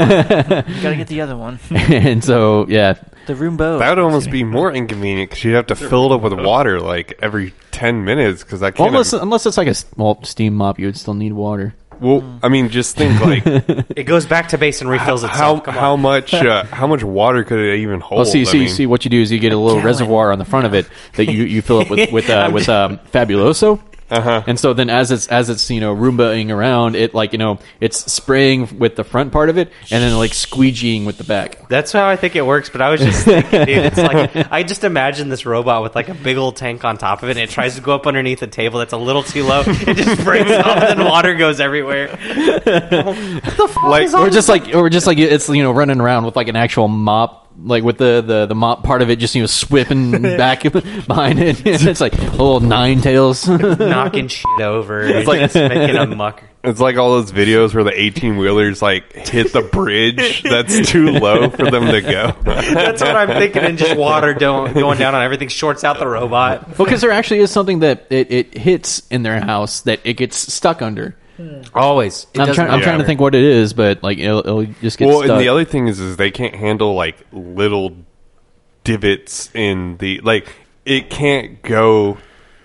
Speaker 2: one.
Speaker 3: You gotta get the other one. *laughs*
Speaker 1: *laughs* and so yeah,
Speaker 3: The Roomba.
Speaker 4: That would almost be more inconvenient because you'd have to fill it up with water like every ten minutes because I
Speaker 1: well,
Speaker 4: can't.
Speaker 1: unless
Speaker 4: im-
Speaker 1: unless it's like a s- well steam mop, you would still need water.
Speaker 4: well, I mean, just
Speaker 1: *laughs*
Speaker 4: think like
Speaker 2: It goes back to base and refills
Speaker 4: how
Speaker 2: itself. Come on.
Speaker 4: how much uh, how much water could it even hold?
Speaker 1: Well, see,
Speaker 4: I
Speaker 1: see,
Speaker 4: mean,
Speaker 1: see. What you do is you get a little
Speaker 3: gallon.
Speaker 1: reservoir on the front of it that you, you fill up with with uh, with um, Fabuloso.
Speaker 4: Uh-huh.
Speaker 1: And so then, as it's as it's you know Roombaing around, it like you know it's spraying with the front part of it, and then like squeegeeing with the back.
Speaker 2: That's how I think it works, but I was just thinking, dude, it's like
Speaker 1: *laughs*
Speaker 2: I just imagine this robot with like a big old tank on top of it, and it tries to go up underneath a table that's a little too low. It just
Speaker 1: *laughs*
Speaker 2: breaks off, and then water goes everywhere. What the fuck
Speaker 4: Like,
Speaker 2: is
Speaker 1: or
Speaker 2: on-
Speaker 1: just like or just like it's you know running around with like an actual mop like with the the, the mop part of it just you know swipping back *laughs* behind it *laughs* it's like little nine tails *laughs*
Speaker 2: knocking shit over? It's
Speaker 4: like-
Speaker 2: like making a muck.
Speaker 4: It's like all those videos where the eighteen wheelers like hit the
Speaker 1: *laughs*
Speaker 4: bridge that's too low for them to go.
Speaker 2: That's what I'm thinking, and just water don't going down on everything shorts out the robot.
Speaker 1: because there actually is something that it, it hits in their house that it gets stuck under
Speaker 2: Always,
Speaker 1: i'm, trying, I'm trying to think what it is but like it'll, it'll just get
Speaker 4: well,
Speaker 1: stuck
Speaker 4: and the other thing is, is they can't handle like little divots in the like. It can't go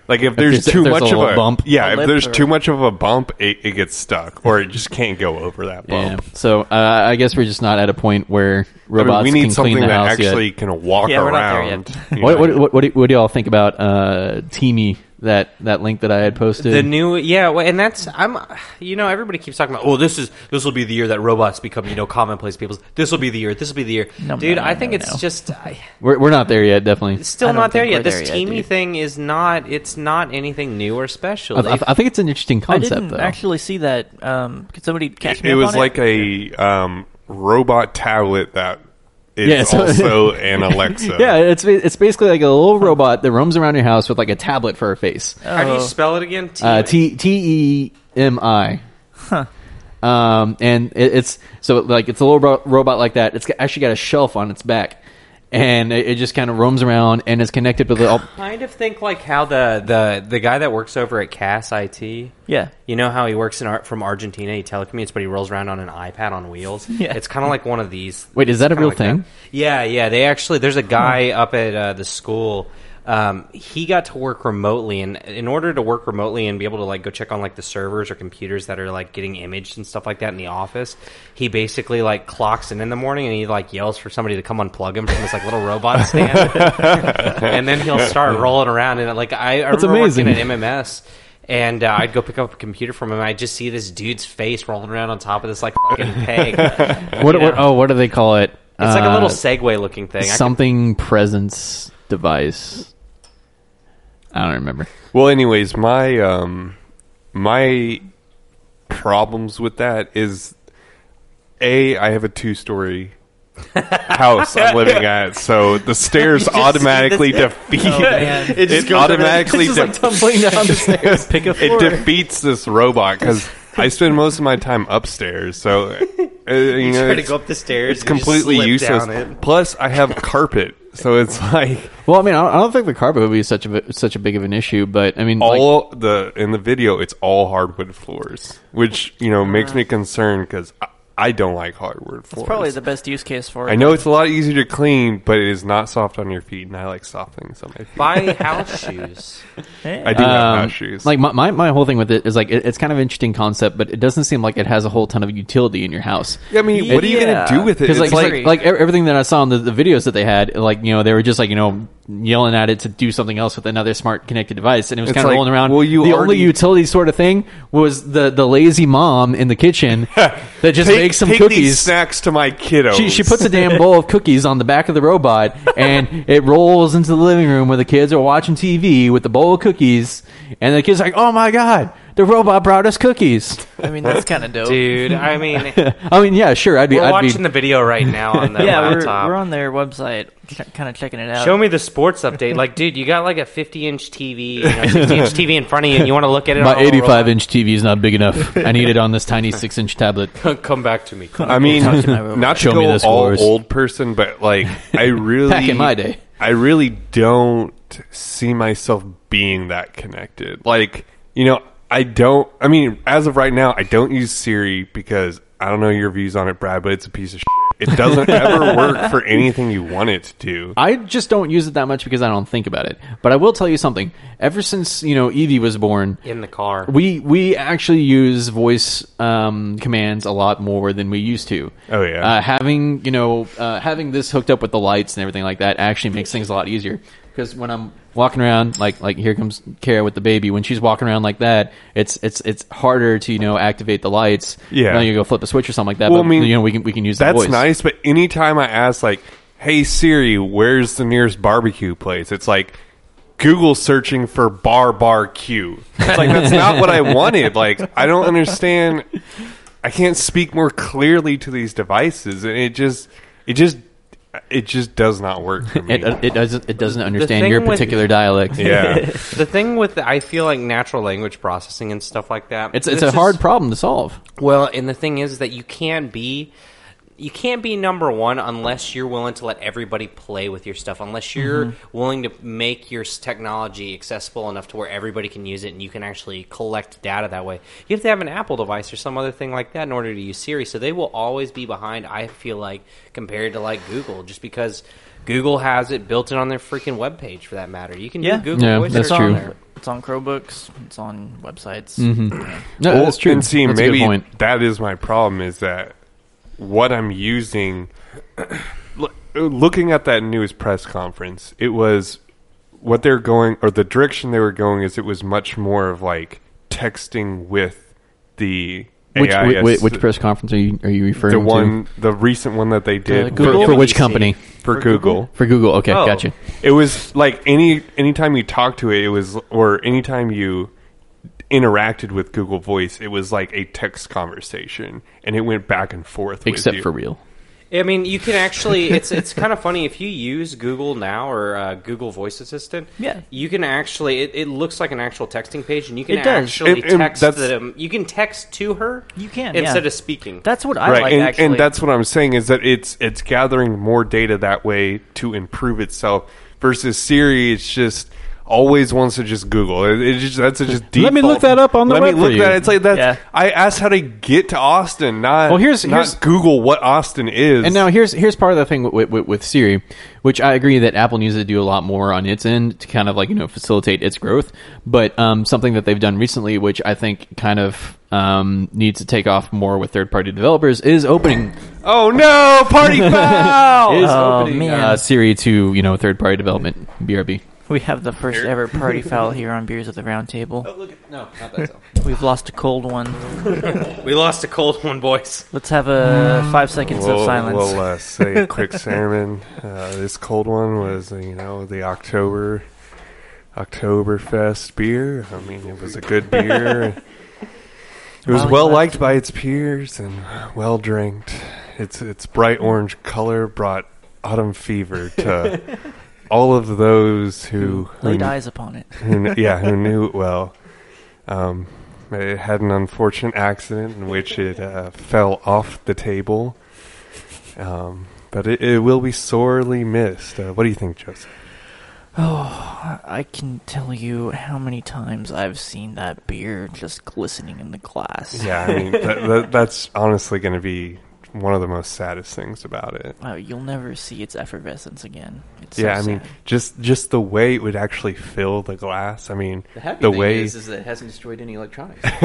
Speaker 4: like if there's
Speaker 1: there's- if
Speaker 4: too
Speaker 1: there's a
Speaker 4: much of
Speaker 1: little
Speaker 4: a
Speaker 1: bump.
Speaker 4: Yeah,
Speaker 3: A
Speaker 4: if
Speaker 3: lip
Speaker 4: there's
Speaker 3: or-
Speaker 4: too much of a bump, it, it gets stuck or it just can't go over that
Speaker 1: yeah.
Speaker 4: bump.
Speaker 1: so uh, i guess we're just not at a point where
Speaker 4: I mean,
Speaker 1: robots
Speaker 4: we need
Speaker 1: can clean
Speaker 4: something
Speaker 1: the
Speaker 4: that
Speaker 1: house yet.
Speaker 4: actually can walk
Speaker 3: Yeah, we're not there
Speaker 4: around.
Speaker 3: yet.
Speaker 4: you
Speaker 1: What,
Speaker 4: know?
Speaker 1: what, what, what, do, what do y'all think about uh, Teamy, that, that link that I had posted?
Speaker 2: The new, yeah, well, and that's I'm, you know, everybody keeps talking about. Oh, this is this will be the year that robots become you know commonplace people's. This will be the year. This will be the year,
Speaker 3: No,
Speaker 2: dude.
Speaker 3: no, no,
Speaker 2: I think
Speaker 3: no,
Speaker 2: it's
Speaker 3: no.
Speaker 2: just I,
Speaker 1: we're, we're not there yet, definitely.
Speaker 3: I
Speaker 2: still
Speaker 3: don't
Speaker 2: not there
Speaker 3: think
Speaker 2: yet.
Speaker 3: we're
Speaker 2: This
Speaker 3: there yet,
Speaker 2: teamy
Speaker 3: dude.
Speaker 2: thing is not. It's not anything new or special.
Speaker 1: I, I- I think it's an interesting
Speaker 3: I
Speaker 1: concept,
Speaker 3: didn't
Speaker 1: though.
Speaker 3: actually see that. Um, could somebody catch
Speaker 4: it,
Speaker 3: me
Speaker 4: it
Speaker 3: up
Speaker 4: was
Speaker 3: on
Speaker 4: like a um, robot tablet that is
Speaker 1: Yeah, *laughs* so-
Speaker 4: also an Alexa.
Speaker 1: *laughs* yeah, it's ba- it's basically like a little robot that roams around your house with like a tablet for a
Speaker 3: *laughs*
Speaker 1: face.
Speaker 2: How do you
Speaker 3: Oh.
Speaker 2: spell it again? T-
Speaker 1: Uh, T T E M I. Um, and it, it's so like it's a little ro- robot like that. It's got- actually got a shelf on its back, and it, it just kind of roams around and is connected with the. oh,
Speaker 2: *laughs* kind of think like how the the the guy that works over at Cass IT.
Speaker 3: Yeah.
Speaker 2: You know how he works in Ar- from Argentina. He telecommutes, but he rolls around on an iPad on
Speaker 3: *laughs*
Speaker 2: wheels.
Speaker 3: Yeah.
Speaker 2: it's kind of like one of these.
Speaker 1: Wait, is that a
Speaker 2: Kinda
Speaker 1: real
Speaker 2: like
Speaker 1: thing?
Speaker 2: that. Yeah, yeah. They actually there's a guy
Speaker 1: Hmm.
Speaker 2: up at uh, the school. Um, he got to work remotely, and in order to work remotely and be able to like go check on like the servers or computers that are like getting imaged and stuff like that in the office, he basically like clocks in in the morning and he like yells for somebody to come unplug him from this like
Speaker 1: *laughs*
Speaker 2: little robot stand, and then he'll start rolling around. And like I, I
Speaker 1: That's
Speaker 2: remember
Speaker 1: amazing.
Speaker 2: working at MMS. And uh, I'd go pick up a computer from him. I would just see this dude's face rolling around on top of this like fucking peg.
Speaker 1: What, what- oh, what do they call it?
Speaker 2: It's like a little
Speaker 1: Uh,
Speaker 2: Segway looking thing. I could-
Speaker 1: something presence device. I don't remember.
Speaker 4: Well, anyways, my um, my problems with that is a I have a two story house I'm living at, so the stairs *laughs* automatically *laughs* defeat
Speaker 3: Oh, man.
Speaker 4: it, automatically
Speaker 1: It's just
Speaker 4: de-
Speaker 1: like tumbling down
Speaker 4: *laughs*
Speaker 1: the stairs. Pick a
Speaker 4: it defeats this robot because I spend most of my time upstairs, so uh, you
Speaker 2: you
Speaker 4: know
Speaker 2: try to
Speaker 4: it's,
Speaker 2: go up the stairs. and
Speaker 4: it's
Speaker 2: just
Speaker 4: completely
Speaker 2: slip
Speaker 4: useless.
Speaker 2: down it.
Speaker 4: Plus, I have carpet, so it's *laughs* like.
Speaker 1: Well, I mean, I don't- I don't think the carpet would be such a such a big of an issue, but I mean, like,
Speaker 4: all the in the video it's all hardwood floors which you know makes me concerned because I, I don't like hardwood floors
Speaker 3: It's probably the best use case for it.
Speaker 4: i know it's a lot easier to clean but it is not soft on your feet and i like soft things on my feet
Speaker 2: Buy house shoes.
Speaker 4: i do have
Speaker 1: um,
Speaker 4: house shoes
Speaker 1: like my, my my whole thing with it is like it, it's kind of an interesting concept, but it doesn't seem like it has a whole ton of utility in your house.
Speaker 4: i mean what are you
Speaker 3: Yeah.
Speaker 4: gonna do with it
Speaker 1: Because
Speaker 4: it's
Speaker 1: like,
Speaker 4: like,
Speaker 1: like
Speaker 3: like-
Speaker 1: like ev- everything that I saw in the, the videos that they had, like you know they were just like you know yelling at it to do something else with another smart connected device, and it was
Speaker 4: It's
Speaker 1: kind of
Speaker 4: like,
Speaker 1: rolling around.
Speaker 4: well, you
Speaker 1: the
Speaker 4: already-
Speaker 1: only utility sort of thing was the the lazy mom in the kitchen that just
Speaker 4: *laughs* take,
Speaker 1: makes some
Speaker 4: take these
Speaker 1: cookies.
Speaker 4: snacks to my kiddo
Speaker 1: She, she puts a damn bowl of cookies on the back of the robot, and it rolls into the living room where the kids are watching TV with the bowl of cookies, and the kids are like, "Oh my god, the robot brought us cookies."
Speaker 3: I mean, that's kind of dope.
Speaker 2: *laughs* Dude, I mean, we're
Speaker 1: I mean, yeah, sure, I'd be, I'd
Speaker 2: watching
Speaker 1: be,
Speaker 2: the video right now on
Speaker 3: *laughs*
Speaker 2: the
Speaker 3: yeah, we're,
Speaker 2: laptop.
Speaker 3: we're on their website, kind of checking it out.
Speaker 2: Show me the sports update. Like, dude, you got like a 50 inch TV, you know, 60 inch TV in front of you, and you want to look at
Speaker 1: *laughs*
Speaker 2: it
Speaker 1: My
Speaker 2: on a little *laughs*
Speaker 1: 85 inch TV is not big enough. I need it on this tiny 6 inch tablet.
Speaker 2: robot. Come *laughs* back to me.
Speaker 4: i mean
Speaker 3: Talk to my robot.
Speaker 4: not to
Speaker 1: Show me
Speaker 4: go
Speaker 1: those
Speaker 4: all
Speaker 1: floors.
Speaker 4: old person
Speaker 1: *laughs*
Speaker 4: but like i really
Speaker 1: Back in my day.
Speaker 4: I really don't see myself being that connected. Like, you know, I don't. I mean, as of right now, I don't use Siri because I don't know your views on it, Brad, but it's a piece of shit. It
Speaker 1: *laughs*
Speaker 4: doesn't ever work for anything you want it to do.
Speaker 1: I just don't use it that much because I don't think about it. But I will tell you something. Ever since, you know, Evie was born,
Speaker 2: In the car.
Speaker 1: we, we actually use voice um, commands a lot more than we used to.
Speaker 4: Oh, yeah.
Speaker 1: Uh, having, you know, uh, having this hooked up with the lights and everything like that actually makes things a lot easier. Because when I'm walking around, like like here comes Kara with the baby. When she's walking around like that, it's it's it's harder to you know activate the lights.
Speaker 4: Yeah.
Speaker 1: now you go flip a switch or something like that.
Speaker 4: Well,
Speaker 1: but
Speaker 4: I mean,
Speaker 1: you know we can we can use the
Speaker 4: That's
Speaker 1: voice.
Speaker 4: nice, but anytime I ask, like, hey Siri, where's the nearest barbecue place? It's like Google searching for bar bar Q. It's like, that's not what I wanted. Like, I don't understand. I can't speak more clearly to these devices, and it just, it just, it just does not work for me.
Speaker 1: It, uh, it doesn't it doesn't understand
Speaker 2: thing
Speaker 1: your
Speaker 2: with-
Speaker 1: particular dialect.
Speaker 4: yeah.
Speaker 2: the thing with the, I feel like natural language processing and stuff like that.
Speaker 1: *laughs* It's it's
Speaker 2: this
Speaker 1: a
Speaker 2: is-
Speaker 1: hard problem to solve.
Speaker 2: Well, and the thing is that you can't be you can't be number one unless you're willing to let everybody play with your stuff. Unless you're willing to make your s- technology accessible enough to where everybody can use it and you can actually collect data that way. You have to have an Apple device or some other thing like that in order to use Siri. So they will always be behind. I feel like compared to like Google, just because Google has it built in on their freaking webpage for that matter. You can
Speaker 3: Yeah.
Speaker 2: do Google
Speaker 1: Yeah,
Speaker 2: Voice
Speaker 1: that's
Speaker 3: it's
Speaker 2: search on
Speaker 1: true. Mm-hmm.
Speaker 2: there.
Speaker 3: It's on Chromebooks. It's on websites.
Speaker 1: No,
Speaker 4: Well,
Speaker 1: that's true.
Speaker 4: And see,
Speaker 1: that's a good
Speaker 4: maybe
Speaker 1: point.
Speaker 4: that is my problem is that what I'm using. *clears throat* Look- looking at that news press conference, it was what they're going or the direction they were going is it was much more of like texting with the
Speaker 1: Which,
Speaker 4: AI
Speaker 1: which,
Speaker 4: assist-
Speaker 1: which press conference are you are you referring
Speaker 4: the
Speaker 1: to?
Speaker 4: one the recent one that they did
Speaker 1: for,
Speaker 4: for-
Speaker 2: Google?
Speaker 1: for which
Speaker 2: WWDC.
Speaker 1: company?
Speaker 4: for, Google.
Speaker 1: Uh, For Google. Okay,
Speaker 2: Oh.
Speaker 1: gotcha.
Speaker 4: It was like any anytime you talked to it, it was or anytime you interacted with Google Voice, it was like a text conversation, and it went back and forth. with
Speaker 1: Except
Speaker 4: you.
Speaker 1: for real.
Speaker 2: I mean, you can actually. It's it's kind of funny if you use Google now or uh, Google Voice Assistant.
Speaker 3: Yeah.
Speaker 2: you can actually. It, it looks like an actual texting page, and you can
Speaker 3: It does.
Speaker 2: actually
Speaker 4: And- and
Speaker 2: text
Speaker 4: that's-
Speaker 2: them. You can text to her.
Speaker 3: You can, yeah.
Speaker 2: instead of speaking.
Speaker 3: That's what I
Speaker 4: right,
Speaker 3: like.
Speaker 4: and,
Speaker 3: actually,
Speaker 4: and that's what I'm saying is that it's it's gathering more data that way to improve itself versus Siri. It's just always wants to just Google. It, it just that's a just default.
Speaker 1: Let me look that up on the
Speaker 4: Let
Speaker 1: web
Speaker 4: me
Speaker 1: for
Speaker 4: look
Speaker 1: you.
Speaker 4: that. It's like that.
Speaker 3: Yeah.
Speaker 4: I asked how to get to Austin. Not
Speaker 1: Well, here's-
Speaker 4: not
Speaker 1: here's-
Speaker 4: Google what Austin is.
Speaker 1: And now here's here's part of the thing with, with, with Siri, which I agree that Apple needs to do a lot more on its end to kind of like you know facilitate its growth. But um, something that they've done recently, which I think kind of um, needs to take off more with third party developers, is opening
Speaker 3: *laughs*
Speaker 4: oh no, party foul.
Speaker 1: is
Speaker 3: Oh,
Speaker 1: opening
Speaker 4: Uh,
Speaker 3: man.
Speaker 1: uh, Siri to you know third party development. BRB.
Speaker 3: We have the first ever
Speaker 4: *laughs*
Speaker 3: party foul here on Beers at the Round Table.
Speaker 1: look at no, not that
Speaker 3: We've lost a cold one.
Speaker 2: We lost a cold one, boys.
Speaker 3: Let's have a five seconds of
Speaker 4: Mm. We'll,
Speaker 3: silence.
Speaker 4: we'll uh, say
Speaker 3: *laughs*
Speaker 4: quick salmon. Uh, this cold one was, uh, you know, the October Oktoberfest beer. I mean, it was a
Speaker 3: *laughs*
Speaker 4: good beer. It was
Speaker 3: Molly
Speaker 4: well
Speaker 3: Left.
Speaker 4: liked by its peers and well drinked. Its its bright orange color brought autumn fever
Speaker 3: *laughs*
Speaker 4: to all of those who, who
Speaker 3: Laid eyes upon it.
Speaker 4: who, kn- yeah, who knew it well. Um, it had an unfortunate accident in which it uh, fell off the table. Um, but it, it will be sorely missed. Uh, what do you think, Joseph?
Speaker 3: Oh, I I can tell you how many times I've seen that beer just glistening in the glass.
Speaker 4: Yeah, I mean, that, that, that's honestly going to be one of the most saddest things about it.
Speaker 3: Wow, you'll never see its effervescence again. It's so
Speaker 4: yeah, I mean,
Speaker 3: sad.
Speaker 4: just just the way it would actually fill the glass. I mean,
Speaker 1: The happy
Speaker 4: the
Speaker 1: thing
Speaker 4: way
Speaker 1: is, is that it hasn't destroyed any electronics.
Speaker 4: *laughs*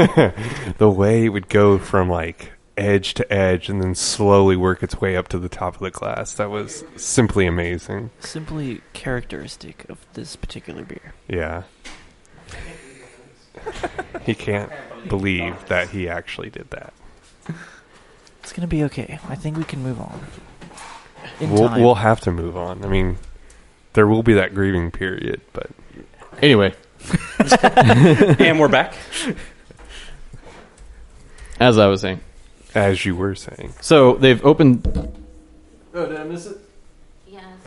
Speaker 4: the way it would go from like edge to edge and then slowly work its way up to the top of the glass. That was simply amazing.
Speaker 3: simply characteristic of this particular beer.
Speaker 4: Yeah. he can't believe that he actually did that.
Speaker 3: It's gonna be okay. I think we can move on. In
Speaker 4: We'll,
Speaker 3: time.
Speaker 4: we'll have to move on. I mean, there will be that grieving period, but
Speaker 1: *laughs* anyway,
Speaker 2: and we're back.
Speaker 1: as I was saying,
Speaker 4: as you were saying,
Speaker 1: so they've opened. Oh, did I miss it?
Speaker 5: Yeah, it's,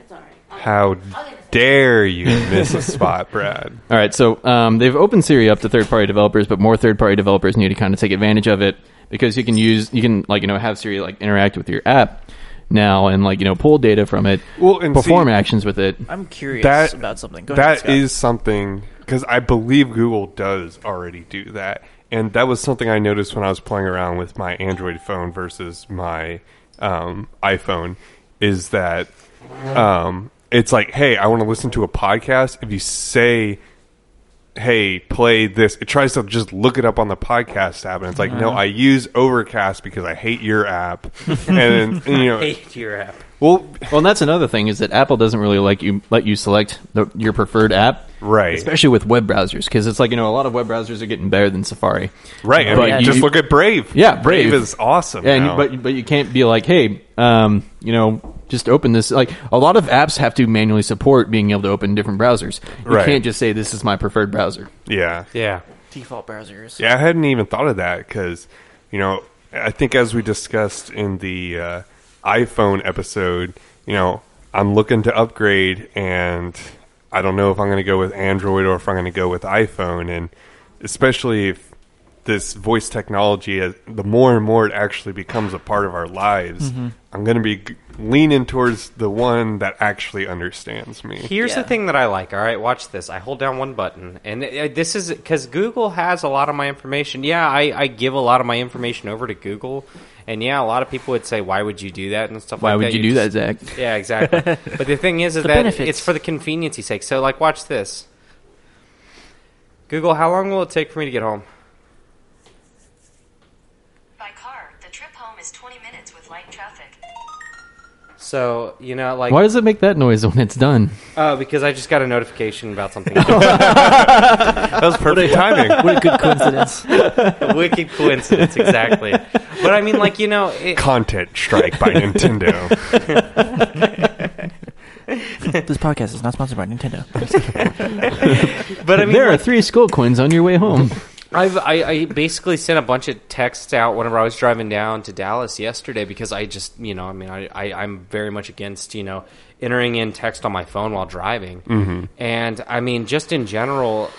Speaker 5: it's all right. I'll-
Speaker 4: how
Speaker 5: I'll get it.
Speaker 4: dare you miss a spot, Brad?
Speaker 1: All right, so um, they've opened Siri up to third-party developers, but more third-party developers need to kind of take advantage of it because you can use, you can like you know have Siri like interact with your app now and like you know pull data from it,
Speaker 4: Well, and
Speaker 1: perform
Speaker 4: see-
Speaker 1: actions with it.
Speaker 3: I'm curious
Speaker 4: That-
Speaker 3: about something. Go ahead,
Speaker 4: That is
Speaker 3: Scott.
Speaker 4: something because I believe Google does already do that, and that was something I noticed when I was playing around with my Android phone versus my um, iPhone. Is that um, it's like, hey, I want to listen to a podcast. If you say, hey, play this, it tries to just look it up on the podcast app, and it's like, no,
Speaker 3: Mm-hmm.
Speaker 4: I use Overcast because I hate your app, and, then
Speaker 3: *laughs*
Speaker 4: you know,
Speaker 2: Hate your app.
Speaker 4: well,
Speaker 1: Well, and that's another thing is that Apple doesn't really like you let you select the, your preferred app,
Speaker 4: Right.
Speaker 1: Especially with web browsers, because it's like you know a lot of web browsers are getting better than Safari,
Speaker 4: right? I
Speaker 1: But
Speaker 4: mean,
Speaker 1: you-
Speaker 4: just look at Brave.
Speaker 1: Yeah, Brave.
Speaker 4: is awesome.
Speaker 1: Yeah, and
Speaker 4: now.
Speaker 1: you, but but you can't be like, hey, um, you know, just open this. Like a lot of apps have to manually support being able to open different browsers. You
Speaker 4: Right.
Speaker 1: can't just say this is my preferred browser.
Speaker 4: Yeah.
Speaker 2: Yeah.
Speaker 3: default browsers.
Speaker 4: Yeah, I hadn't even thought of that because, you know, I think as we discussed in the uh, iPhone episode, you know, I'm looking to upgrade and I don't know if I'm going to go with Android or if I'm going to go with iPhone. And especially if this voice technology, as- the more and more it actually becomes a part of our lives,
Speaker 3: Mm-hmm.
Speaker 4: I'm going to be g- leaning towards the one that actually understands me.
Speaker 2: Here's
Speaker 3: Yeah.
Speaker 2: the thing that I like. All right, watch this. I hold down one button, and uh, this is because Google has a lot of my information. Yeah, I, I give a lot of my information over to Google, and yeah, a lot of people would say, "Why would you do that?" and stuff.
Speaker 1: Why
Speaker 2: like
Speaker 1: would
Speaker 2: that.
Speaker 1: you do that, Zach?
Speaker 2: just- Yeah, exactly.
Speaker 1: *laughs*
Speaker 2: but the thing is, is
Speaker 3: The
Speaker 2: that
Speaker 3: benefits.
Speaker 2: it's for the convenience's sake. So, like, watch this. Google, how long will it take for me to get home?
Speaker 5: By car, the trip home is 20 minutes with light traffic.
Speaker 2: So you know, like,
Speaker 1: Why does it make that noise when it's *laughs* done?
Speaker 2: Uh, because I just got a notification about
Speaker 1: *laughs*
Speaker 2: something.
Speaker 1: Oh,
Speaker 4: That
Speaker 3: *laughs*
Speaker 4: was perfect timing.
Speaker 3: What a good coincidence.
Speaker 2: *laughs* Wicked coincidence, exactly. But I mean, like, you know, it,
Speaker 4: Content strike by Nintendo.
Speaker 3: this podcast is not sponsored by
Speaker 4: *laughs*
Speaker 3: Nintendo.
Speaker 2: but I mean,
Speaker 1: there are
Speaker 2: like,
Speaker 1: three skull coins on your way home.
Speaker 2: I've, I, I basically sent a bunch of texts out whenever I was driving down to Dallas yesterday because I just, you know, I mean, I, I, I'm very much against, you know, entering in text on my phone while driving.
Speaker 3: Mm-hmm.
Speaker 2: And I mean, just in general,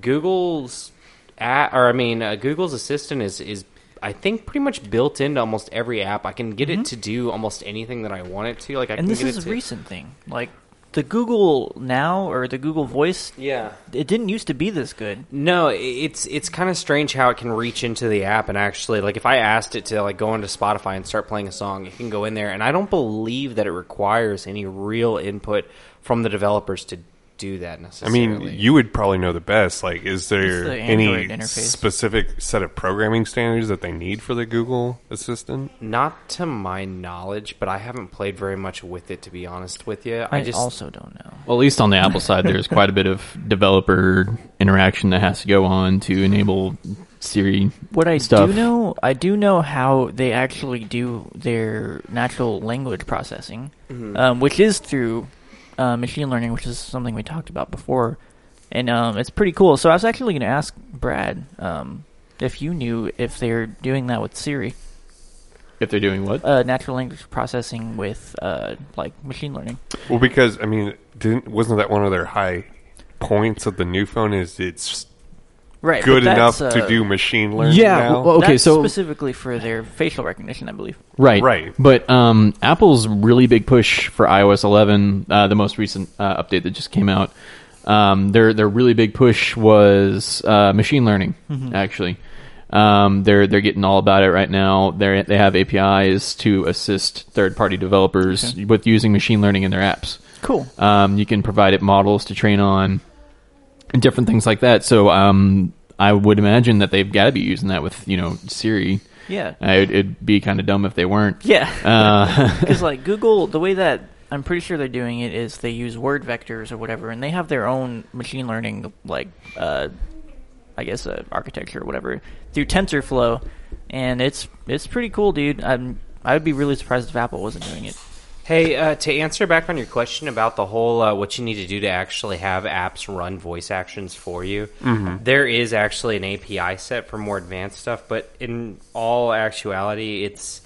Speaker 2: Google's, at, or I mean, uh, Google's assistant is, is, I think pretty much built into almost every app. I can get it to do almost anything that I want it to. Like, I can
Speaker 3: Mm-hmm. and this
Speaker 2: get
Speaker 3: is
Speaker 2: it
Speaker 3: a
Speaker 2: to,
Speaker 3: recent thing. Like the Google Now or the Google Voice,
Speaker 2: Yeah.
Speaker 3: it didn't used to be this good.
Speaker 2: No, i- it's it's kind of strange how it can reach into the app and actually like if I asked it to like go into Spotify and start playing a song, it can go in there and I don't believe that it requires any real input from the developers to do that
Speaker 4: I
Speaker 2: necessarily.
Speaker 4: mean, you would probably know the best. Like, is there
Speaker 3: the
Speaker 4: any
Speaker 3: Android interface.
Speaker 4: specific set of programming standards that they need for the Google Assistant?
Speaker 2: not to my knowledge, but I haven't played very much with it to be honest with you. I,
Speaker 3: I,
Speaker 2: just
Speaker 3: also don't know.
Speaker 1: *laughs* Well, at least on the Apple side, there's quite a bit of developer interaction that has to go on to enable Siri.
Speaker 3: What I
Speaker 1: stuff.
Speaker 3: do know, I do know how they actually do their natural language processing,
Speaker 2: Mm-hmm.
Speaker 3: um, which is through uh, machine learning, which is something we talked about before, and um, it's pretty cool. So I was actually going to ask Brad um, if you knew if they're doing that with Siri,
Speaker 1: if they're doing what?
Speaker 3: uh, natural language processing with uh, like machine learning.
Speaker 4: Well, because I mean, didn't wasn't that one of their high points of the new phone? Is it's
Speaker 3: Right, uh,
Speaker 4: good enough to do machine learning?
Speaker 1: Yeah,
Speaker 4: now?
Speaker 1: well, Okay,
Speaker 3: that's
Speaker 1: so-
Speaker 3: specifically for their facial recognition, I believe.
Speaker 1: Right.
Speaker 4: Right.
Speaker 1: But um, Apple's really big push for iOS 11, uh, the most recent uh, update that just came out. Um, their their really big push was uh, machine learning.
Speaker 3: Mm-hmm.
Speaker 1: Actually, um, they're they're getting all about it right now. They they have APIs to assist third party developers
Speaker 3: Okay.
Speaker 1: with using machine learning in their apps.
Speaker 3: Cool.
Speaker 1: Um, you can provide it models to train on, and different things like that. So um, I would imagine that they've got to be using that with you know Siri.
Speaker 3: Yeah.
Speaker 1: Uh, it, it'd be kind of dumb if they weren't.
Speaker 3: Yeah. *laughs*
Speaker 1: Uh,
Speaker 3: Because like Google, the way that I'm pretty sure they're doing it is they use word vectors or whatever, and they have their own machine learning like uh, I guess uh, architecture or whatever through TensorFlow, and it's it's pretty cool, dude. I'm I would be really surprised if Apple wasn't doing it.
Speaker 2: Hey, uh, to answer back on your question about the whole uh, what you need to do to actually have apps run voice actions for you, there is actually an API set for more advanced stuff, but in all actuality, it's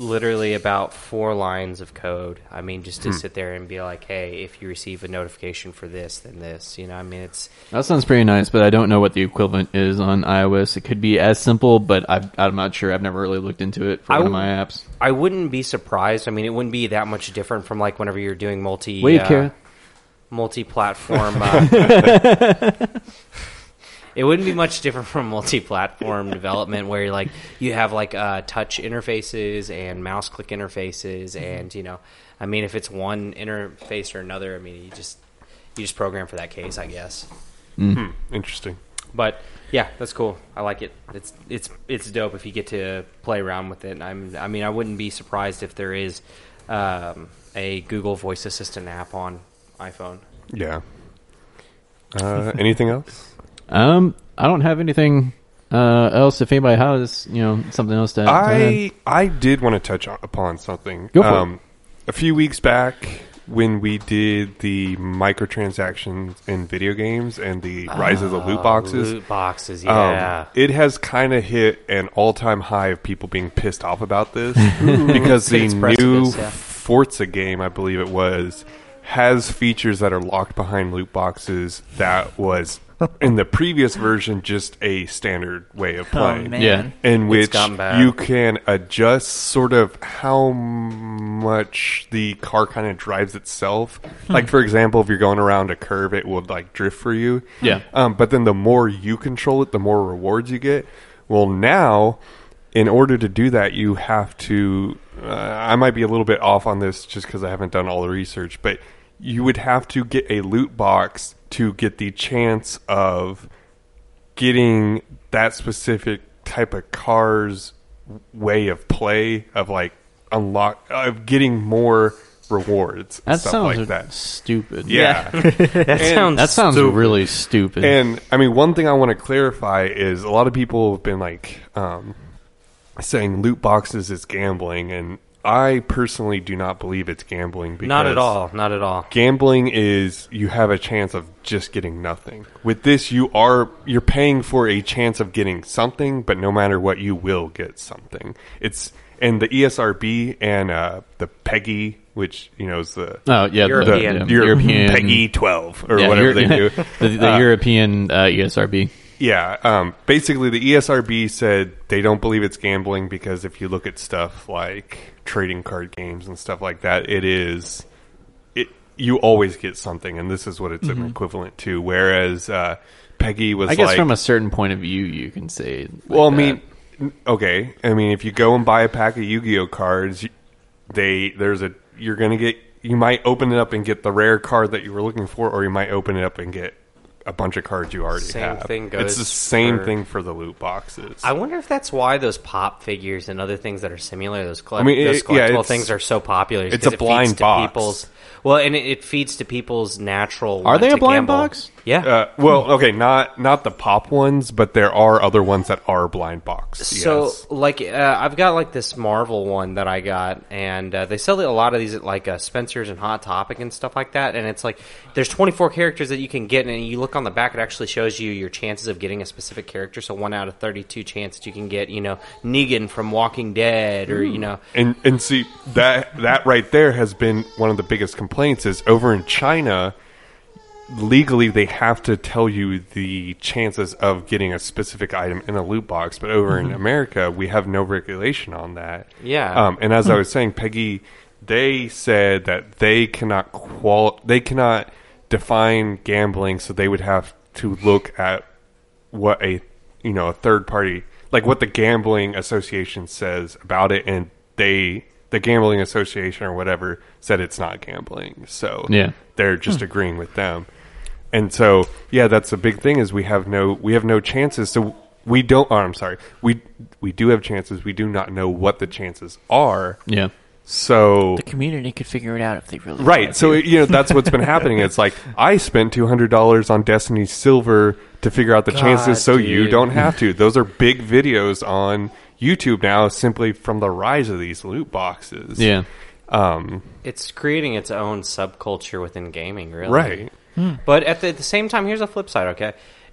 Speaker 2: literally about four lines of code. I mean, just to sit there and be like, hey, if you receive a notification for this, then this. You know, I mean, it's
Speaker 1: *laughs* That sounds pretty nice, but I don't know what the equivalent is on iOS. It could be as simple, but I've, I'm not sure. I've never really looked into it for
Speaker 2: I
Speaker 1: one of
Speaker 2: would-
Speaker 1: my apps.
Speaker 2: I wouldn't be surprised. I mean, it wouldn't be that much different from like whenever you're doing multi
Speaker 1: Wave
Speaker 2: uh,
Speaker 1: care.
Speaker 2: multi-platform. Uh,
Speaker 1: *laughs*
Speaker 2: it wouldn't be much different from multi-platform development, where you're like you have like uh, touch interfaces and mouse click
Speaker 1: Mm-hmm.
Speaker 2: interfaces, and you know, I mean, if it's one interface or another, I mean, you just you just program for that case, I guess.
Speaker 4: Interesting.
Speaker 2: But yeah, that's cool. I like it. It's it's it's dope if you get to play around with it. And I'm I mean I wouldn't be surprised if there is um, a Google Voice Assistant app on iPhone.
Speaker 4: Yeah. Uh, anything else?
Speaker 1: Um, I don't have anything uh, else. If anybody has, you know, something else to, to add.
Speaker 4: I I did want to touch on, upon something. Um,
Speaker 1: Go for it.
Speaker 4: A few weeks back, when we did the microtransactions in video games and the rise of the Uh, loot boxes,
Speaker 2: Ah, Loot boxes,
Speaker 4: um,
Speaker 2: yeah.
Speaker 4: it has kind of hit an all-time high of people being pissed off about this *laughs* because the
Speaker 2: It's
Speaker 4: new
Speaker 2: precipice, yeah.
Speaker 4: Forza game, I believe it was, has features that are locked behind loot boxes that was in the previous version just a standard way of playing
Speaker 3: man.
Speaker 1: Yeah.
Speaker 4: in which
Speaker 2: gotten bad.
Speaker 4: you can adjust sort of how much the car kind of drives itself.
Speaker 2: Hmm.
Speaker 4: Like for example, if you're going around a curve, it will like drift for you.
Speaker 1: Yeah.
Speaker 4: Um, but then the more you control it, the more rewards you get. Well, now in order to do that, you have to. Uh, I might be a little bit off on this just because I haven't done all the research, but you would have to get a loot box to get the chance of getting that specific type of car's way of play of like unlock of getting more rewards and
Speaker 1: That
Speaker 4: stuff
Speaker 1: sounds
Speaker 4: like that.
Speaker 1: stupid. *laughs*
Speaker 4: Yeah.
Speaker 2: that sounds
Speaker 1: That sounds
Speaker 4: Stupid.
Speaker 1: really stupid.
Speaker 4: *laughs* And I mean, one thing I want to clarify is a lot of people have been like um, saying loot boxes is gambling, and I personally do not believe it's gambling. Because
Speaker 2: not at all, not at all.
Speaker 4: Gambling is you have a chance of just getting nothing. With this, you are you're paying for a chance of getting something, but no matter what, you will get something. It's and the E ESRB and uh, the PEGI, which you know is the
Speaker 1: oh yeah, the-
Speaker 2: European.
Speaker 1: the,
Speaker 4: European
Speaker 1: European
Speaker 4: PEGI twelve or
Speaker 1: yeah,
Speaker 4: whatever
Speaker 1: Euro-
Speaker 4: they do.
Speaker 1: *laughs* the the
Speaker 4: Uh,
Speaker 1: European uh, ESRB.
Speaker 4: yeah. Um, basically, the ESRB said they don't believe it's gambling because if you look at stuff like trading card games and stuff like that, it is. It you always get something, and this is what it's an equivalent to. Whereas uh, Peggy was
Speaker 1: Mm-hmm. I guess
Speaker 4: like,
Speaker 1: from a certain point of view, you can say. like
Speaker 4: well, I
Speaker 1: that.
Speaker 4: mean, n- okay. I mean, if you go and buy a pack of Yu-Gi-Oh cards, y- they there's a you're gonna get you might open it up and get the rare card that you were looking for, or you might open it up and get a bunch of cards you already
Speaker 2: Same
Speaker 4: have.
Speaker 2: thing
Speaker 4: it's the
Speaker 2: goes
Speaker 4: same
Speaker 2: for-
Speaker 4: thing for the loot boxes.
Speaker 2: I wonder if that's why those pop figures and other things that are similar, those, collect-
Speaker 4: I mean,
Speaker 2: those
Speaker 4: it- yeah,
Speaker 2: collectible
Speaker 4: it's-
Speaker 2: things are so popular. is
Speaker 4: it's
Speaker 2: 'cause
Speaker 4: a
Speaker 2: it feeds
Speaker 4: blind
Speaker 2: to
Speaker 4: box.
Speaker 2: people's- well, and it, it feeds to people's natural.
Speaker 1: Are they
Speaker 2: want
Speaker 1: a
Speaker 2: to
Speaker 1: blind
Speaker 2: gamble.
Speaker 1: box?
Speaker 2: Yeah.
Speaker 4: Uh, well, okay, not not the pop ones, but there are other ones that are blind box.
Speaker 2: So
Speaker 4: yes.
Speaker 2: like uh, I've got like this Marvel one that I got, and uh, they sell a lot of these at like uh, Spencer's and Hot Topic and stuff like that. And it's like there's 24 characters that you can get, and you look on the back, it actually shows you your chances of getting a specific character. So one out of 32 chances you can get, you know, Negan from Walking Dead, or
Speaker 4: Hmm.
Speaker 2: you know,
Speaker 4: And and see that that right there has been one of the biggest complaints is over in China legally they have to tell you the chances of getting a specific item in a loot box, but over in America we have no regulation on that.
Speaker 2: Yeah.
Speaker 4: Um, and as I was saying, Peggy, they said that they cannot qual they cannot define gambling, so they would have to look at what a you know a third party like what the gambling association says about it and they the gambling association or whatever said it's not gambling so
Speaker 1: Yeah.
Speaker 4: they're
Speaker 2: Hmm.
Speaker 4: just agreeing with them and so yeah that's the big thing is we have no we have no chances so we don't oh, i'm sorry we we do have chances we do not know what the chances are
Speaker 1: Yeah.
Speaker 4: so
Speaker 3: The community could figure it out if they really
Speaker 4: Right.
Speaker 3: wanted
Speaker 4: So
Speaker 3: to.
Speaker 4: it- you know that's what's been happening. It's like I spent two hundred dollars on Destiny Silver to figure out the
Speaker 2: God,
Speaker 4: chances, so you
Speaker 2: dude.
Speaker 4: don't have to. Those are
Speaker 2: *laughs*
Speaker 4: big videos on YouTube now, simply from the rise of these loot boxes.
Speaker 1: Yeah.
Speaker 4: Um.
Speaker 2: it's creating its own subculture within gaming, really.
Speaker 4: Right.
Speaker 2: But at the, at the same time, here's the flip side. Okay,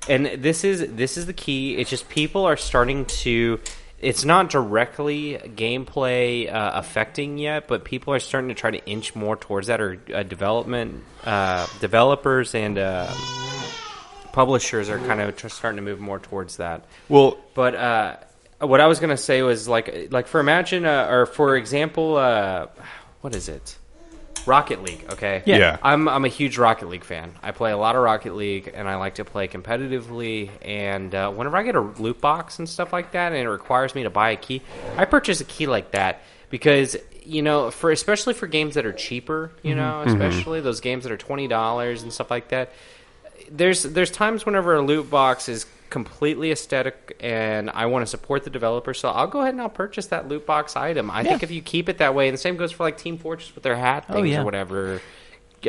Speaker 2: and this is this is the key. It's just people are starting to. It's not directly gameplay uh, affecting yet, but people are starting to try to inch more towards that, or uh, development uh, developers and uh, publishers are kind of tr- starting to move more towards that.
Speaker 4: Well,
Speaker 2: But uh, what I was gonna say was like like for imagine uh, or for example, uh, what is it? Rocket League. Okay.
Speaker 4: Yeah. Yeah.
Speaker 2: I'm I'm a huge Rocket League fan. I play a lot of Rocket League, and I like to play competitively. And uh, whenever I get a loot box and stuff like that, and it requires me to buy a key, I purchase a key like that because you know for especially for games that are cheaper, you know, especially those games that are twenty dollars and stuff like that there's there's times whenever a loot box is completely aesthetic and I want to support the developer, so I'll go ahead and I'll purchase that loot box item. I think
Speaker 3: Yeah.
Speaker 2: if you keep it that way, and the same goes for like Team Fortress with their hat things
Speaker 3: Oh, yeah.
Speaker 2: or whatever.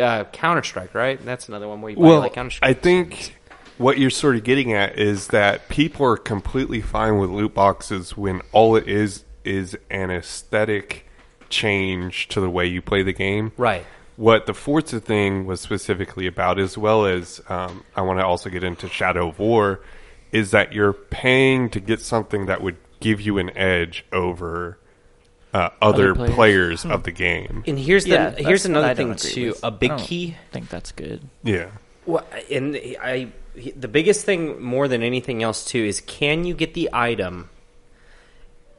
Speaker 2: Uh, Counter Strike, right? That's another one where you buy
Speaker 4: well,
Speaker 2: like Counter Strike.
Speaker 4: I think what you're sort of getting at is that people are completely fine with loot boxes when all it is is an aesthetic change to the way you play the game.
Speaker 2: Right.
Speaker 4: What the Forza thing was specifically about, as well as um, I want to also get into Shadow of War, is that you're paying to get something that would give you an edge over uh, other,
Speaker 3: Other players.
Speaker 4: players of the game.
Speaker 2: And here's the
Speaker 3: Yeah, that's-
Speaker 2: here's
Speaker 3: I
Speaker 2: another
Speaker 3: don't
Speaker 2: thing
Speaker 3: agree
Speaker 2: too.
Speaker 3: with- Oh.
Speaker 2: A
Speaker 3: I
Speaker 2: big
Speaker 3: don't
Speaker 2: key
Speaker 3: think that's good.
Speaker 4: Yeah.
Speaker 2: Well, and I, I- the biggest thing more than anything else too is can you get the item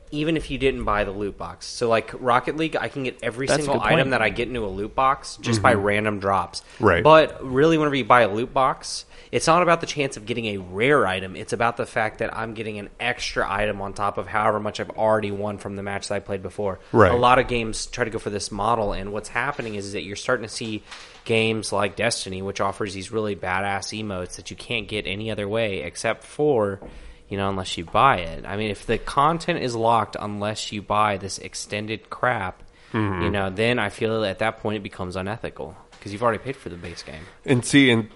Speaker 2: even if you didn't buy the loot box? So like Rocket League, I can get every
Speaker 3: That's a
Speaker 2: single
Speaker 3: good point.
Speaker 2: item that I get into a loot box just by random drops.
Speaker 4: Right.
Speaker 2: But really, whenever you buy a loot box, it's not about the chance of getting a rare item. It's about the fact that I'm getting an extra item on top of however much I've already won from the match that I played before.
Speaker 4: Right.
Speaker 2: A lot lot of games try to go for this model, and what's happening is that you're starting to see games like Destiny, which offers these really badass emotes that you can't get any other way except for, you know, unless you buy it. I mean, if the content is locked unless you buy this extended crap,
Speaker 4: Mm-hmm.
Speaker 2: you know, then I feel at that point it becomes unethical because you've already paid for the base game
Speaker 4: And see, and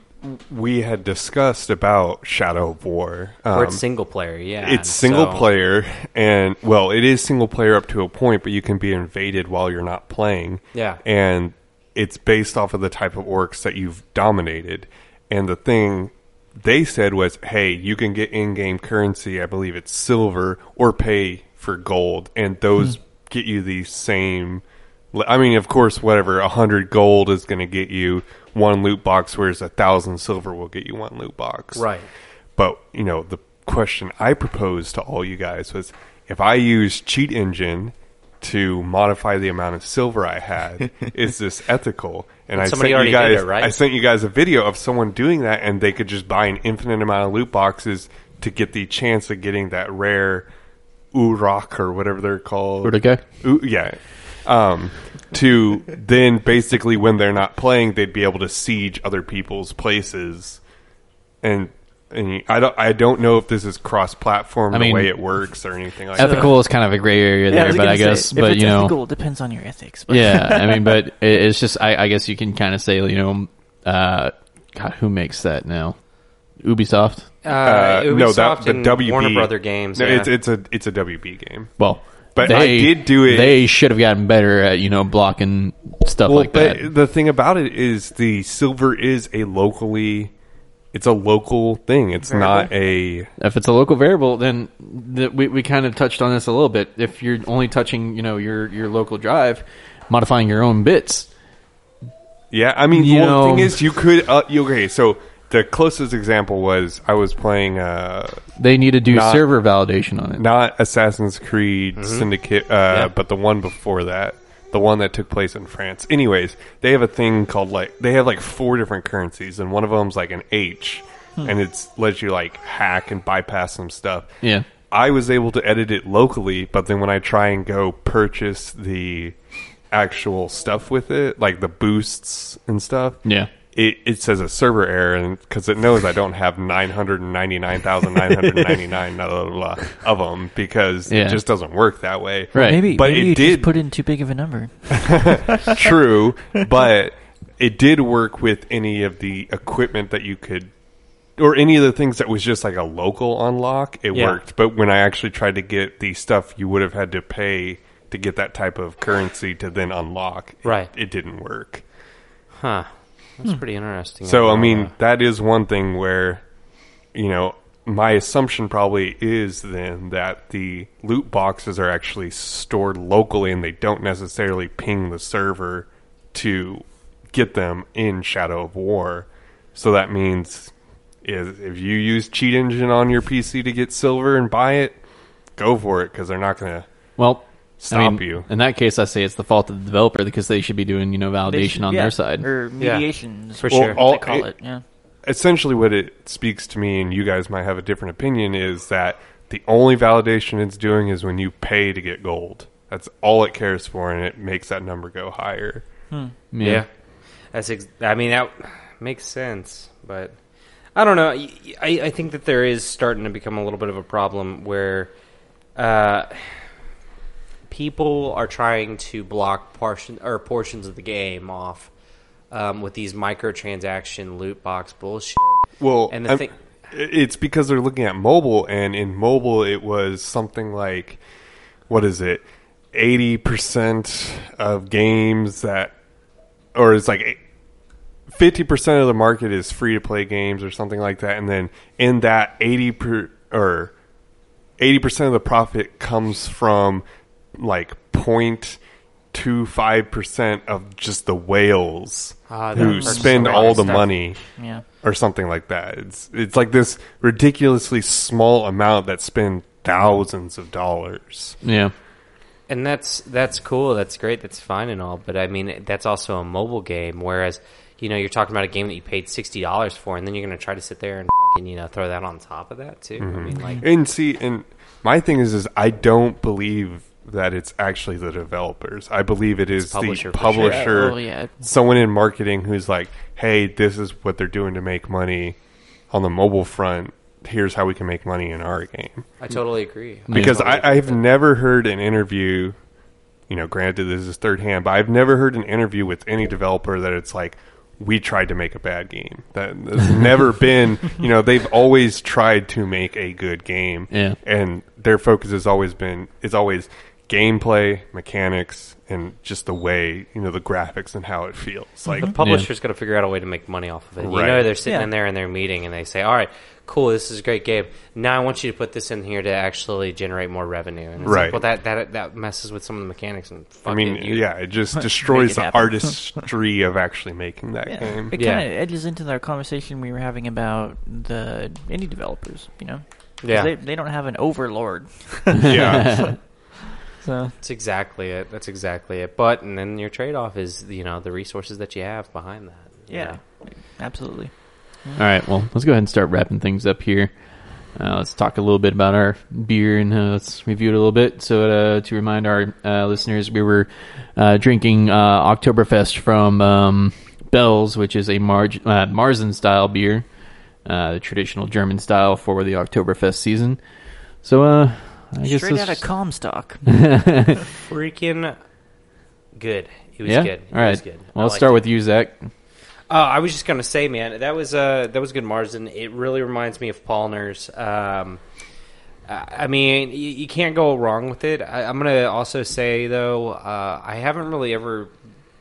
Speaker 4: we had discussed about Shadow of War. Um,
Speaker 2: or it's single player. Yeah,
Speaker 4: it's single
Speaker 2: so-
Speaker 4: player, and well, it is single player up to a point, but you can be invaded while you're not playing.
Speaker 2: Yeah.
Speaker 4: and it's based off of the type of orcs that you've dominated. And the thing they said was, "Hey, you can get in-game currency. I believe it's silver, or pay for gold, and those
Speaker 2: Hmm.
Speaker 4: get you the same." I mean, of course, whatever a hundred gold is going to get you one loot box, whereas a thousand silver will get you one loot box.
Speaker 2: Right.
Speaker 4: But you know, the question I proposed to all you guys was if I use cheat engine to modify the amount of silver I had, is this ethical? And I sent
Speaker 2: somebody
Speaker 4: you
Speaker 2: already
Speaker 4: guys
Speaker 2: did it, right?
Speaker 4: I sent you guys a video of someone doing that and they could just buy an infinite amount of loot boxes to get the chance of getting that rare Urok or whatever they're called.
Speaker 1: Uruk-hai?
Speaker 4: Ooh, yeah. Um, to then basically when they're not playing, they'd be able to siege other people's places and and I don't I don't know if this is cross platform
Speaker 1: I
Speaker 4: the
Speaker 1: mean,
Speaker 4: way it works or anything like that.
Speaker 1: ethical is kind of a gray area
Speaker 3: Yeah,
Speaker 1: there,
Speaker 3: was
Speaker 1: but
Speaker 3: gonna
Speaker 1: I
Speaker 3: say,
Speaker 1: guess,
Speaker 3: if
Speaker 1: but
Speaker 3: it's
Speaker 1: you know,
Speaker 3: ethical, it depends on your ethics. But
Speaker 1: yeah, I *laughs* mean, but it, it's just I, I guess you can kind of say you know, uh, God, who makes that now? Ubisoft.
Speaker 2: Uh,
Speaker 4: Uh, no, that
Speaker 2: Ubisoft
Speaker 4: the
Speaker 2: and
Speaker 4: WB
Speaker 2: Warner Brother Games.
Speaker 4: No,
Speaker 2: yeah.
Speaker 4: it's it's a it's a WB game.
Speaker 1: Well,
Speaker 4: But
Speaker 1: they,
Speaker 4: I did do it-
Speaker 1: They should have gotten better at you know blocking stuff
Speaker 4: Well,
Speaker 1: like that.
Speaker 4: but the thing about it is the silver is a locally, it's a local thing. It's not a
Speaker 1: if it's a local variable, then the, we we kind of touched on this a little bit. If you're only touching you know your your local drive, modifying your own bits,
Speaker 4: Yeah, I mean,
Speaker 1: You
Speaker 4: well, the
Speaker 1: know-
Speaker 4: thing is, you could. Uh, you, okay, so the closest example was I was playing uh,
Speaker 1: they need to do
Speaker 4: Not-
Speaker 1: server validation on it.
Speaker 4: not Assassin's Creed Syndicate, uh,
Speaker 2: Yeah.
Speaker 4: but the one before that, the one that took place in France. Anyways, they have a thing called like they have like four different currencies, and one of them's like an H, and it's lets you like hack and bypass some stuff.
Speaker 1: Yeah.
Speaker 4: I was able to edit it locally, but then when I try and go purchase the actual stuff with it, like the boosts and stuff,
Speaker 1: Yeah.
Speaker 4: it, it says a server error and because it knows I don't have 999,999 blah, blah, blah, blah, of them because
Speaker 1: Yeah.
Speaker 4: it just doesn't work that way.
Speaker 1: Right.
Speaker 3: Maybe,
Speaker 4: But
Speaker 3: maybe
Speaker 4: it
Speaker 3: you
Speaker 4: did-
Speaker 3: just put in too big of a number.
Speaker 4: *laughs* True, but it did work with any of the equipment that you could or any of the things that was just like a local unlock, it
Speaker 2: Yeah.
Speaker 4: worked. But when I actually tried to get the stuff you would have had to pay to get that type of currency to then unlock, it-
Speaker 2: Right.
Speaker 4: it didn't work.
Speaker 2: huh. That's pretty interesting.
Speaker 4: So I mean,
Speaker 2: Uh,
Speaker 4: that is one thing where, you know, my assumption probably is then that the loot boxes are actually stored locally and they don't necessarily ping the server to get them in Shadow of War. So that means is if you use cheat engine on your PC to get silver and buy it, go for it because they're not gonna.
Speaker 1: Well, I
Speaker 4: Stop
Speaker 1: mean,
Speaker 4: you.
Speaker 1: In that case, I say it's the fault of the developer because they should be doing you know
Speaker 3: They
Speaker 1: validation
Speaker 3: should-
Speaker 1: on
Speaker 3: yeah,
Speaker 1: their side.
Speaker 3: or
Speaker 2: Yeah.
Speaker 3: mediation is
Speaker 2: For
Speaker 3: what
Speaker 2: sure.
Speaker 3: they
Speaker 4: All-
Speaker 3: call
Speaker 4: it-
Speaker 3: it. Yeah,
Speaker 4: essentially what it speaks to me and you guys might have a different opinion is that the only validation it's doing is when you pay to get gold that's all it cares for and it makes that number go higher
Speaker 2: yeah. That's. Ex- I mean, that makes sense, but I don't know. I, I I think that there is starting to become a little bit of a problem where. Uh, people are trying to block portion or portions of the game off um, with these microtransaction loot box bullshit.
Speaker 4: well
Speaker 2: And
Speaker 4: and
Speaker 2: the thing-
Speaker 4: it's because they're looking at mobile and in mobile it was something like what is it 80% of games that or it's like fifty percent of the market is free to play games or something like that, and then in that eighty per or eighty percent of the profit comes from like point two five percent of just the whales
Speaker 2: Ah, that
Speaker 4: who
Speaker 2: hurts
Speaker 4: spend
Speaker 2: so much
Speaker 4: all the
Speaker 2: stuff.
Speaker 4: money
Speaker 3: yeah.
Speaker 4: or something like that. It's it's like this ridiculously small amount that spend thousands of dollars.
Speaker 1: Yeah.
Speaker 2: And that's that's cool. That's great. That's fine and all, but I mean, that's also a mobile game. Whereas, you know, you're talking about a game that you paid sixty dollars for, and then you're going to try to sit there and, fucking, you know, throw that on top of that too. I mean, like,
Speaker 4: And see, and my thing is, is I don't believe that it's actually the developers. I believe it is
Speaker 2: publisher
Speaker 4: the
Speaker 2: for sure.
Speaker 4: publisher,
Speaker 3: Oh, yeah.
Speaker 4: someone in marketing who's like, "Hey, this is what they're doing to make money on the mobile front. Here's how we can make money in our game."
Speaker 2: I totally agree.
Speaker 4: Because
Speaker 2: totally
Speaker 4: I, I've never heard an interview. You know, granted, this is third hand, but I've never heard an interview with any developer that it's like we tried to make a bad game. That has never been. You know, they've always tried to make a good game.
Speaker 1: Yeah.
Speaker 4: and their focus has always been it's always gameplay, mechanics, and just the way you know the graphics and how it feels. Like
Speaker 2: the publisher's got to figure out a way to make money off of it. You
Speaker 4: Right.
Speaker 2: know, they're sitting
Speaker 3: Yeah.
Speaker 2: in there in their meeting and they say, "All right, cool, this is a great game. Now I want you to put this in here to actually generate more revenue." And it's like,
Speaker 4: Right.
Speaker 2: well, that that that messes with some of the mechanics and
Speaker 4: I
Speaker 2: fucking
Speaker 4: mean,
Speaker 2: you-
Speaker 4: yeah, it just destroys
Speaker 3: it
Speaker 4: the
Speaker 3: happen.
Speaker 4: artistry of actually making that game.
Speaker 3: It
Speaker 2: Yeah.
Speaker 3: kind of edges into our conversation we were having about the indie developers, you know? 'Cause
Speaker 2: Yeah.
Speaker 3: They, they don't have an overlord.
Speaker 4: *laughs* yeah,
Speaker 3: So,
Speaker 2: That's exactly it. That's exactly it. But and then your trade off is you know the resources that you have behind that. you
Speaker 3: yeah.
Speaker 2: know.
Speaker 3: Absolutely.
Speaker 1: All right. Well, let's go ahead and start wrapping things up here. Uh, let's talk a little bit about our beer and uh, let's review it a little bit. So, uh, to remind our uh, listeners, we were uh, drinking uh, Oktoberfest from um, Bell's, which is a Mar- uh, Marzen style beer. uh, the traditional German style for the Oktoberfest season. So uh, I guess
Speaker 3: Straight
Speaker 1: this-
Speaker 3: out of
Speaker 1: *laughs*
Speaker 3: Comstock.
Speaker 2: Freaking good. It was
Speaker 1: yeah.
Speaker 2: good.
Speaker 1: All right.
Speaker 2: It was good.
Speaker 1: Well,
Speaker 2: I
Speaker 1: let's
Speaker 2: liked
Speaker 1: start
Speaker 2: it.
Speaker 1: with you, Zach.
Speaker 2: Uh, I was just gonna say, man, that was uh, that was good, Marsden. It really reminds me of Palner's. Um, I I mean, you, you can't go wrong with it. I, I'm gonna also say though, uh, I haven't really ever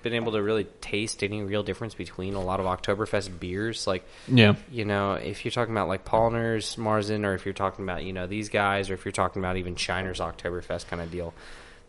Speaker 2: been able to really taste any real difference between a lot of Oktoberfest beers. Like,
Speaker 1: Yeah.
Speaker 2: you know, if you're talking about like Polliners, Marzen, or if you're talking about, you know, these guys, or if you're talking about even Shiner's Oktoberfest kind of deal,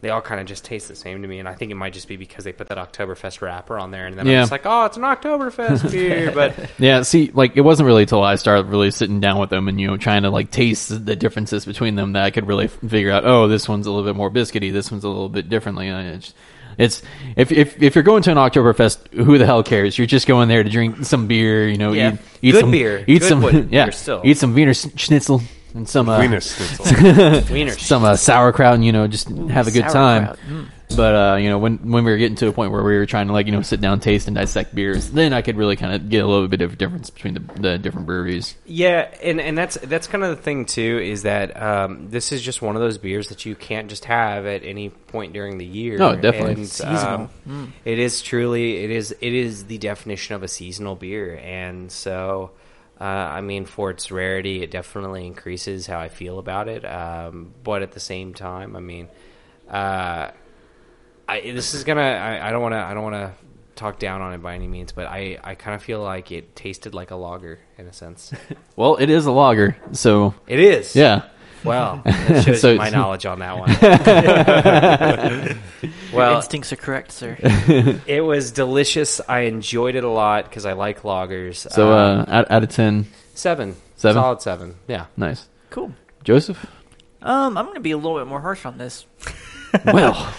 Speaker 2: they all kind of just taste the same to me. And I think it might just be because they put that Oktoberfest wrapper on there. And then
Speaker 1: Yeah.
Speaker 2: I'm just like, oh, it's an Oktoberfest beer. But
Speaker 1: Yeah, see, like it wasn't really until I started really sitting down with them and you know trying to like taste the differences between them that I could really f- figure out. Oh, this one's a little bit more biscuity. This one's a little bit differently. And it's, it's if if if you're going to an Oktoberfest, who the hell cares? You're just going there to drink some beer, you know,
Speaker 2: Yeah.
Speaker 1: eat, eat
Speaker 2: Good
Speaker 1: some
Speaker 2: beer.
Speaker 1: eat
Speaker 2: Good
Speaker 1: some
Speaker 2: wood
Speaker 1: *laughs* yeah,
Speaker 2: beer still.
Speaker 1: eat some Wiener sch- Schnitzel and some uh,
Speaker 4: Venus Schnitzel.
Speaker 2: Wiener.
Speaker 1: some uh, sauerkraut and you know just have a good time.
Speaker 3: sauerkraut. Mm.
Speaker 1: But uh, you know when when we were getting to a point where we were trying to like you know sit down, taste and dissect beers, then I could really kind of get a little bit of difference between the, the different breweries.
Speaker 2: Yeah, and, and that's that's kind of the thing too is that um, this is just one of those beers that you can't just have at any point during the year.
Speaker 1: No, definitely.
Speaker 2: And,
Speaker 3: Seasonal.
Speaker 2: um, It is truly it is it is the definition of a seasonal beer, and so uh, I mean for its rarity, it definitely increases how I feel about it. Um, but at the same time, I mean. Uh, I, this is gonna. I, I don't want to. I don't want to talk down on it by any means, but I, I kind of feel like it tasted like a lager in
Speaker 1: *laughs*
Speaker 2: a sense.
Speaker 1: Well, it is a lager, so
Speaker 2: It is.
Speaker 1: yeah. *laughs*
Speaker 2: Wow. That shows
Speaker 1: So
Speaker 2: you my
Speaker 1: it's-
Speaker 2: knowledge on
Speaker 1: *laughs*
Speaker 2: that one. well,
Speaker 3: Instincts are correct, sir.
Speaker 1: *laughs*
Speaker 2: it was delicious. I enjoyed it a lot because I like loggers.
Speaker 1: So uh, out, out of ten,
Speaker 2: seven.
Speaker 1: seven?
Speaker 2: Solid seven. Yeah.
Speaker 1: nice.
Speaker 3: cool.
Speaker 1: Joseph,
Speaker 3: Um, I'm going to be a little bit more harsh on this.
Speaker 1: well,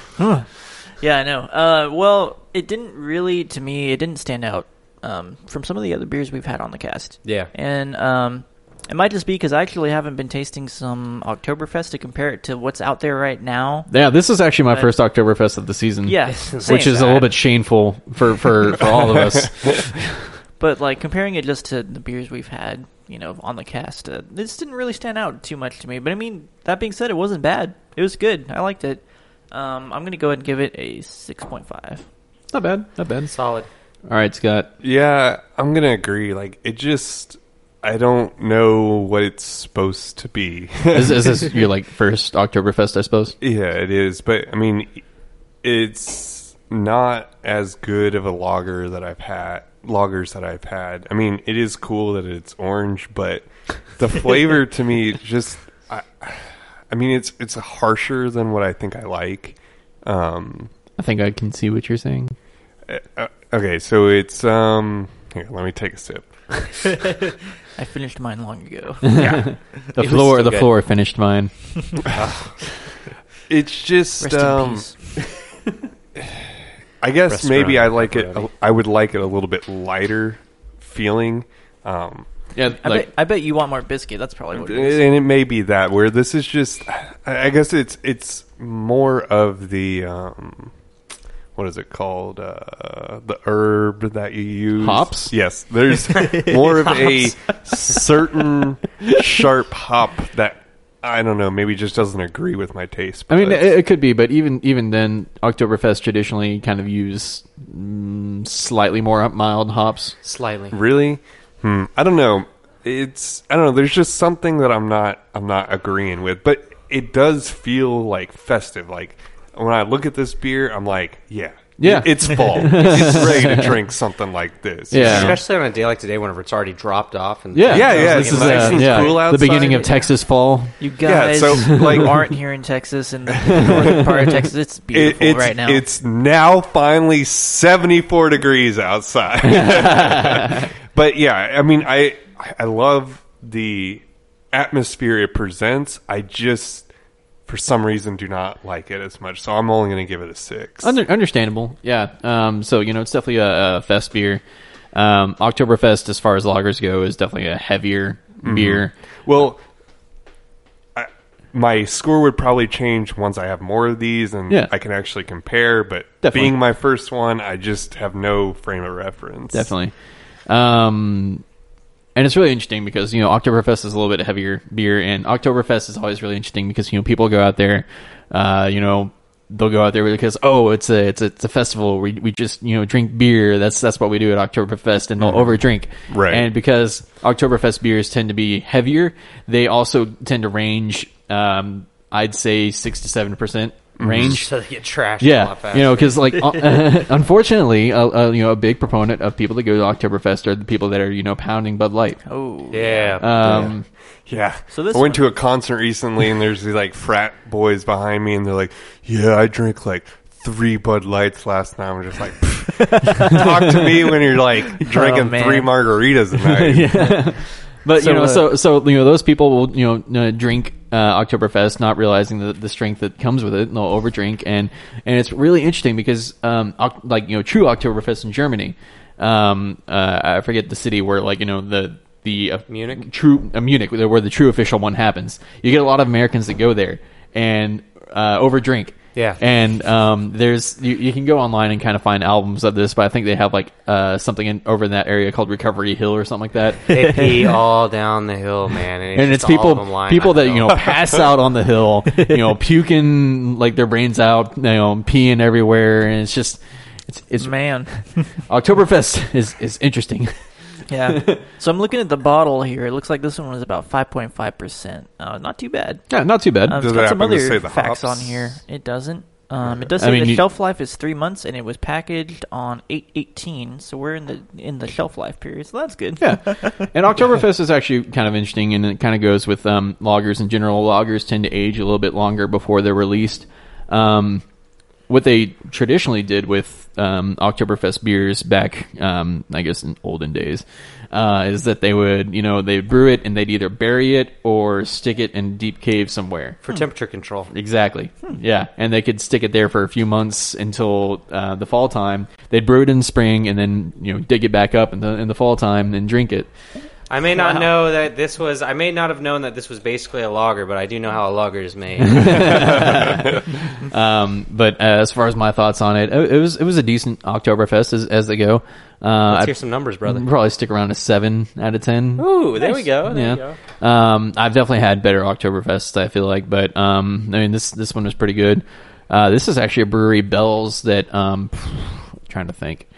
Speaker 3: Yeah, I know. Uh, well, it didn't really, to me, it didn't stand out um, from some of the other beers we've had on the cast.
Speaker 2: Yeah.
Speaker 3: And um, it might just be because I actually haven't been tasting some Oktoberfest to compare it to what's out there right now.
Speaker 1: yeah, this is actually my
Speaker 3: But-
Speaker 1: first Oktoberfest of the season.
Speaker 3: Yeah,
Speaker 2: *laughs*
Speaker 3: same.
Speaker 1: which is a little bit shameful for for for all of
Speaker 3: *laughs*
Speaker 1: us.
Speaker 3: But like comparing it just to the beers we've had, you know, on the cast, uh, this didn't really stand out too much to me. But I mean, that being said, it wasn't bad. It was good. I liked it. Um, I'm gonna go ahead and give it a six point five.
Speaker 1: not bad, not bad.
Speaker 2: Solid.
Speaker 1: All right, Scott.
Speaker 4: Yeah, I'm gonna agree. Like it just, I don't know what it's supposed to be.
Speaker 1: Is, is
Speaker 4: *laughs*
Speaker 1: this your like first Oktoberfest? I suppose.
Speaker 4: yeah, it is. But I mean, it's not as good of a lager that I've had. Loggers that I've had. I mean, it is cool that it's orange, but
Speaker 3: *laughs*
Speaker 4: the flavor to me just. I, I mean, it's it's harsher than what I think I like. Um,
Speaker 1: I think I can see what you're saying.
Speaker 4: uh, okay, so it's um. Here, let me take a sip.
Speaker 3: I finished mine long ago.
Speaker 1: *laughs* The
Speaker 2: It was
Speaker 1: floor,
Speaker 2: still
Speaker 1: the
Speaker 2: good.
Speaker 1: floor finished *laughs* mine.
Speaker 4: It's just
Speaker 3: Rest
Speaker 4: um.
Speaker 3: in peace.
Speaker 4: I guess maybe I
Speaker 2: Restaurant
Speaker 4: like it.
Speaker 2: pepperoni.
Speaker 4: I would like it a little bit lighter feeling, um,
Speaker 1: Yeah,
Speaker 3: I,
Speaker 1: like
Speaker 3: bet, I bet you want more biscuit. That's probably what it is.
Speaker 4: and it may be that where this is just. I I guess it's it's more of the um, what is it called? Uh, the herb that you use.
Speaker 1: Hops?
Speaker 4: Yes,
Speaker 1: *laughs*
Speaker 4: there's more of a certain sharp hop that I don't know. Maybe just doesn't agree with my taste.
Speaker 1: I mean,
Speaker 4: but-
Speaker 1: it, it could be, but even even then, Oktoberfest traditionally kind of use mm, slightly more mild hops.
Speaker 2: Slightly.
Speaker 4: Really? Hmm. I don't know. It's I don't know. There's just something that I'm not I'm not agreeing with, but it does feel like festive. Like when I look at this beer, I'm like, yeah,
Speaker 1: Yeah.
Speaker 4: it's
Speaker 1: *laughs*
Speaker 4: fall. it's ready to drink something like this.
Speaker 1: Yeah.
Speaker 2: Especially on a day like today, whenever it's already dropped off. And
Speaker 1: Yeah,
Speaker 4: Yeah, yeah,
Speaker 1: This
Speaker 4: it's
Speaker 1: is
Speaker 4: nice
Speaker 1: uh,
Speaker 4: and
Speaker 1: yeah,
Speaker 4: cool
Speaker 1: the beginning of
Speaker 4: outside.
Speaker 1: Texas fall.
Speaker 3: You
Speaker 4: Yeah,
Speaker 3: guys
Speaker 4: so, like-
Speaker 3: who aren't here in Texas and the northern part of Texas, it's
Speaker 4: *laughs* It,
Speaker 3: beautiful
Speaker 4: it's
Speaker 3: right now.
Speaker 4: it's now finally 74 degrees outside. but yeah, I mean, I I love the atmosphere it presents. I just for some reason do not like it as much, so I'm only going to give it a six.
Speaker 1: Under, understandable, yeah. Um, so you know, it's definitely a, a fest beer. Um, Oktoberfest, as far as lagers go, is definitely a heavier beer.
Speaker 4: well, I, my score would probably change once I have more of these and
Speaker 1: Yeah.
Speaker 4: I can actually compare. But
Speaker 1: Definitely.
Speaker 4: being my first one, I just have no frame of reference.
Speaker 1: Definitely. Um, And it's really interesting because, you know, Oktoberfest is a little bit heavier beer, and Oktoberfest is always really interesting because, you know, people go out there, uh, you know, they'll go out there because, oh, it's a, it's a, it's a festival. We, we just, you know, drink beer. That's, that's what we do at Oktoberfest, and they'll over drink.
Speaker 4: Right.
Speaker 1: And because Oktoberfest beers tend to be heavier, they also tend to range, um, I'd say six to 7% range.
Speaker 2: *laughs* So they get trashed a
Speaker 1: Yeah,
Speaker 2: lot faster.
Speaker 1: you know, because like uh, *laughs* unfortunately, a, a, you know, a big proponent of people that go to Oktoberfest are the people that are you know pounding Bud Light.
Speaker 3: Oh,
Speaker 2: yeah.
Speaker 1: Um,
Speaker 4: Yeah.
Speaker 3: So this
Speaker 4: I went to a concert recently, and there's these like frat boys behind me, and they're like, "Yeah, I drank like three Bud Lights last night." I'm just like, *laughs* "Talk to me when you're like drinking
Speaker 3: man.
Speaker 4: three margaritas a night."
Speaker 1: But
Speaker 3: So,
Speaker 1: you know,
Speaker 3: uh,
Speaker 1: so so you know, those people will you know, uh, drink uh, Oktoberfest, not realizing the, the strength that comes with it, and they'll overdrink, and and it's really interesting because um, Oc- like you know, true Oktoberfest in Germany, um, uh, I forget the city where like you know the the uh,
Speaker 2: Munich?
Speaker 1: true uh, Munich where the true official one happens. You get a lot of Americans that go there and uh, overdrink.
Speaker 2: Yeah.
Speaker 1: and um, there's you, you can go online and kind of find albums of this, but I think they have like uh, something in, over in that area called Recovery Hill or something like that *laughs*
Speaker 2: they pee all down the hill, man. And it's,
Speaker 1: and it's
Speaker 2: just all of
Speaker 1: people
Speaker 2: them lying
Speaker 1: people
Speaker 2: on the
Speaker 1: that you know
Speaker 2: hill.
Speaker 1: pass out on the
Speaker 2: *laughs*
Speaker 1: hill, you know, puking like their brains out, you know, peeing everywhere, and it's just it's it's
Speaker 4: *laughs*
Speaker 3: man.
Speaker 1: Oktoberfest is is interesting.
Speaker 3: yeah. So I'm looking at the bottle here. It looks like this one was about 5.5 percent. Uh, not too bad.
Speaker 1: Yeah, not too bad.
Speaker 3: Um,
Speaker 4: Does
Speaker 3: it's
Speaker 4: it
Speaker 3: got some
Speaker 4: happen
Speaker 3: other
Speaker 4: to say the
Speaker 3: facts on
Speaker 4: hops?
Speaker 3: here. It doesn't. Um, it does
Speaker 1: I
Speaker 3: say
Speaker 1: mean,
Speaker 3: the
Speaker 1: you-
Speaker 3: shelf life is three months, and it was packaged on eight eighteen. So we're in the in the shelf life period. So that's good.
Speaker 1: yeah, and Oktoberfest is actually kind of interesting, and it kind of goes with um, loggers in general. Loggers tend to age a little bit longer before they're released. Um, what they traditionally did with um, Oktoberfest beers back, um, I guess, in olden days, uh, is that they would, you know, they brew it and they'd either bury it or stick it in a deep cave somewhere.
Speaker 2: for temperature control.
Speaker 1: Hmm. Exactly. Yeah, and they could stick it there for a few months until uh, the fall time. They'd brew it in spring and then you know dig it back up in the in the fall time and drink it.
Speaker 2: I may not know that this was. I may not have known that this was basically a lager, but I do know how a lager
Speaker 1: *laughs*
Speaker 2: is made.
Speaker 1: Um, but uh, as far as my thoughts on it, it, it was it was a decent Oktoberfest as, as they go. Uh,
Speaker 2: Let's
Speaker 1: I'd
Speaker 2: hear some numbers, brother.
Speaker 1: probably stick around a seven out of ten.
Speaker 2: Ooh, there we go. There we go.
Speaker 1: Um, I've definitely had better Oktoberfests, I feel like, but um, I mean this this one was pretty good. Uh, this is actually a brewery, Bells, that um, *sighs* trying to think.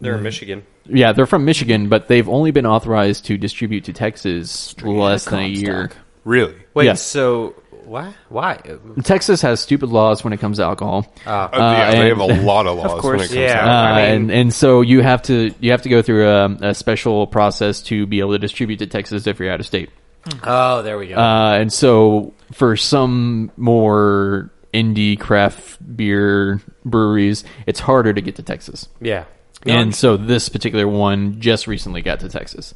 Speaker 2: They're in Michigan.
Speaker 1: Yeah, they're from Michigan, but they've only been authorized to distribute to Texas less than a year.
Speaker 3: Comstock.
Speaker 4: Really?
Speaker 2: Wait,
Speaker 1: Yeah.
Speaker 2: so why? Why?
Speaker 1: Texas has stupid laws when it comes to alcohol.
Speaker 4: Uh, yeah, they have
Speaker 1: and-
Speaker 4: a lot of laws when it
Speaker 3: course,
Speaker 4: comes
Speaker 2: yeah.
Speaker 4: to
Speaker 1: Uh,
Speaker 4: that.
Speaker 2: I mean-
Speaker 1: and and so you have to you have to go through a, a special process to be able to distribute to Texas if you're out of state.
Speaker 2: Oh, there we go.
Speaker 1: Uh, and so for some more indie craft beer breweries, it's harder to get to Texas.
Speaker 2: yeah.
Speaker 1: And so this particular one just recently got to Texas.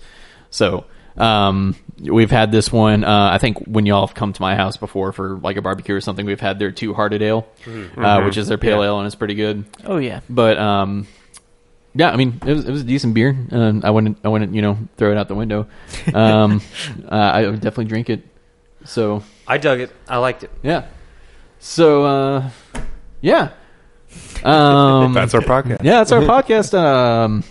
Speaker 1: So um, we've had this one. Uh, I think when y'all have come to my house before for like a barbecue or something, we've had their two hearted ale,
Speaker 2: Mm-hmm.
Speaker 1: uh, which is their pale ale, and it's pretty good.
Speaker 3: Oh yeah.
Speaker 1: But um, yeah, I mean, it was, it was a decent beer. Um, I wouldn't, I wouldn't, you know, throw it out the window. Um, uh, I would definitely drink it. So
Speaker 2: I dug it. I liked it.
Speaker 1: yeah, so uh, yeah, um,
Speaker 4: That's our podcast.
Speaker 1: yeah, that's our podcast. Um,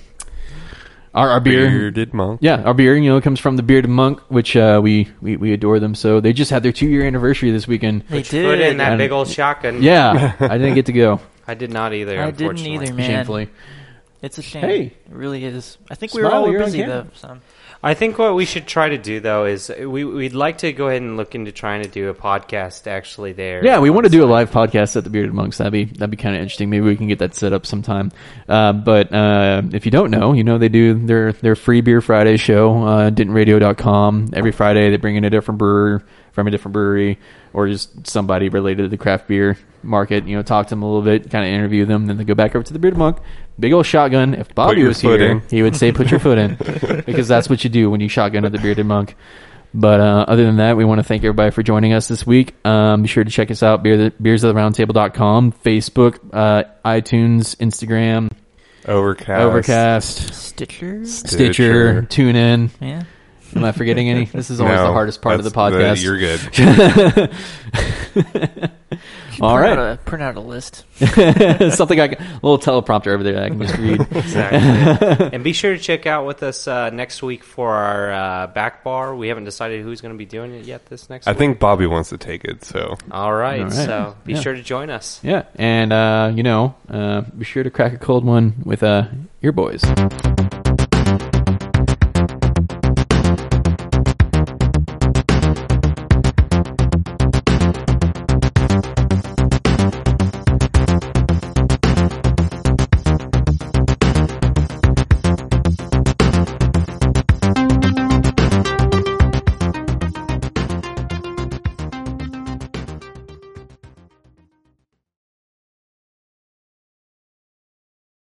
Speaker 1: our, our beer.
Speaker 4: Bearded monk.
Speaker 1: Yeah, our beer, you know, comes from the Bearded Monk, which uh, we, we we adore them. So they just had their two year anniversary this weekend.
Speaker 3: They did.
Speaker 2: Put in that
Speaker 1: and-
Speaker 2: big old shotgun.
Speaker 1: Yeah, I didn't get to go,
Speaker 2: I did not either.
Speaker 3: I didn't
Speaker 2: unfortunately.
Speaker 3: either, man.
Speaker 1: shamefully.
Speaker 3: It's a shame.
Speaker 1: Hey.
Speaker 3: It really is. I think we were
Speaker 1: Smile,
Speaker 3: all
Speaker 1: you're on
Speaker 3: busy
Speaker 1: camera.
Speaker 3: though. So.
Speaker 2: I think what we should try to do though is we we'd like to go ahead and look into trying to do a podcast actually there.
Speaker 1: Yeah, we want to do a live podcast at the Bearded Monks. That'd be that'd be kind of interesting. Maybe we can get that set up sometime. Uh, but uh, if you don't know, you know they do their their free beer Friday show, uh, dentonradio.com. Every Friday they bring in a different brewer from a different brewery or just somebody related to the craft beer market. You know, talk to them a little bit, kind of interview them, then they go back over to the Bearded Monk. Big old shotgun. If Bobby
Speaker 4: your
Speaker 1: was
Speaker 4: foot
Speaker 1: here,
Speaker 4: in.
Speaker 1: he would say, "Put your foot
Speaker 4: *laughs*
Speaker 1: in," because that's what you do when you shotgun at the Bearded Monk. But uh, other than that, we want to thank everybody for joining us this week. Um, be sure to check us out, beer, beersoftheroundtable.com, Facebook, uh, iTunes, Instagram,
Speaker 4: Overcast.
Speaker 1: Overcast,
Speaker 3: Stitcher.
Speaker 1: Stitcher, TuneIn.
Speaker 3: Yeah.
Speaker 1: Am I forgetting any? This is always *laughs*
Speaker 4: No,
Speaker 1: the hardest part of the
Speaker 4: that's
Speaker 1: podcast.
Speaker 4: you're good.
Speaker 1: *laughs* All
Speaker 3: print
Speaker 1: right.
Speaker 3: Out a, print out a list.
Speaker 1: Something I can, a little teleprompter over there that I can just read.
Speaker 2: Exactly. and be sure to check out with us uh, next week for our uh, back bar. We haven't decided who's going to be doing it yet this next
Speaker 4: I
Speaker 2: week.
Speaker 4: think Bobby wants to take it, so
Speaker 2: All right,
Speaker 1: All right.
Speaker 2: So be
Speaker 1: Yeah.
Speaker 2: sure to join us.
Speaker 1: Yeah, and uh, you know, uh, be sure to crack a cold one with uh, your boys.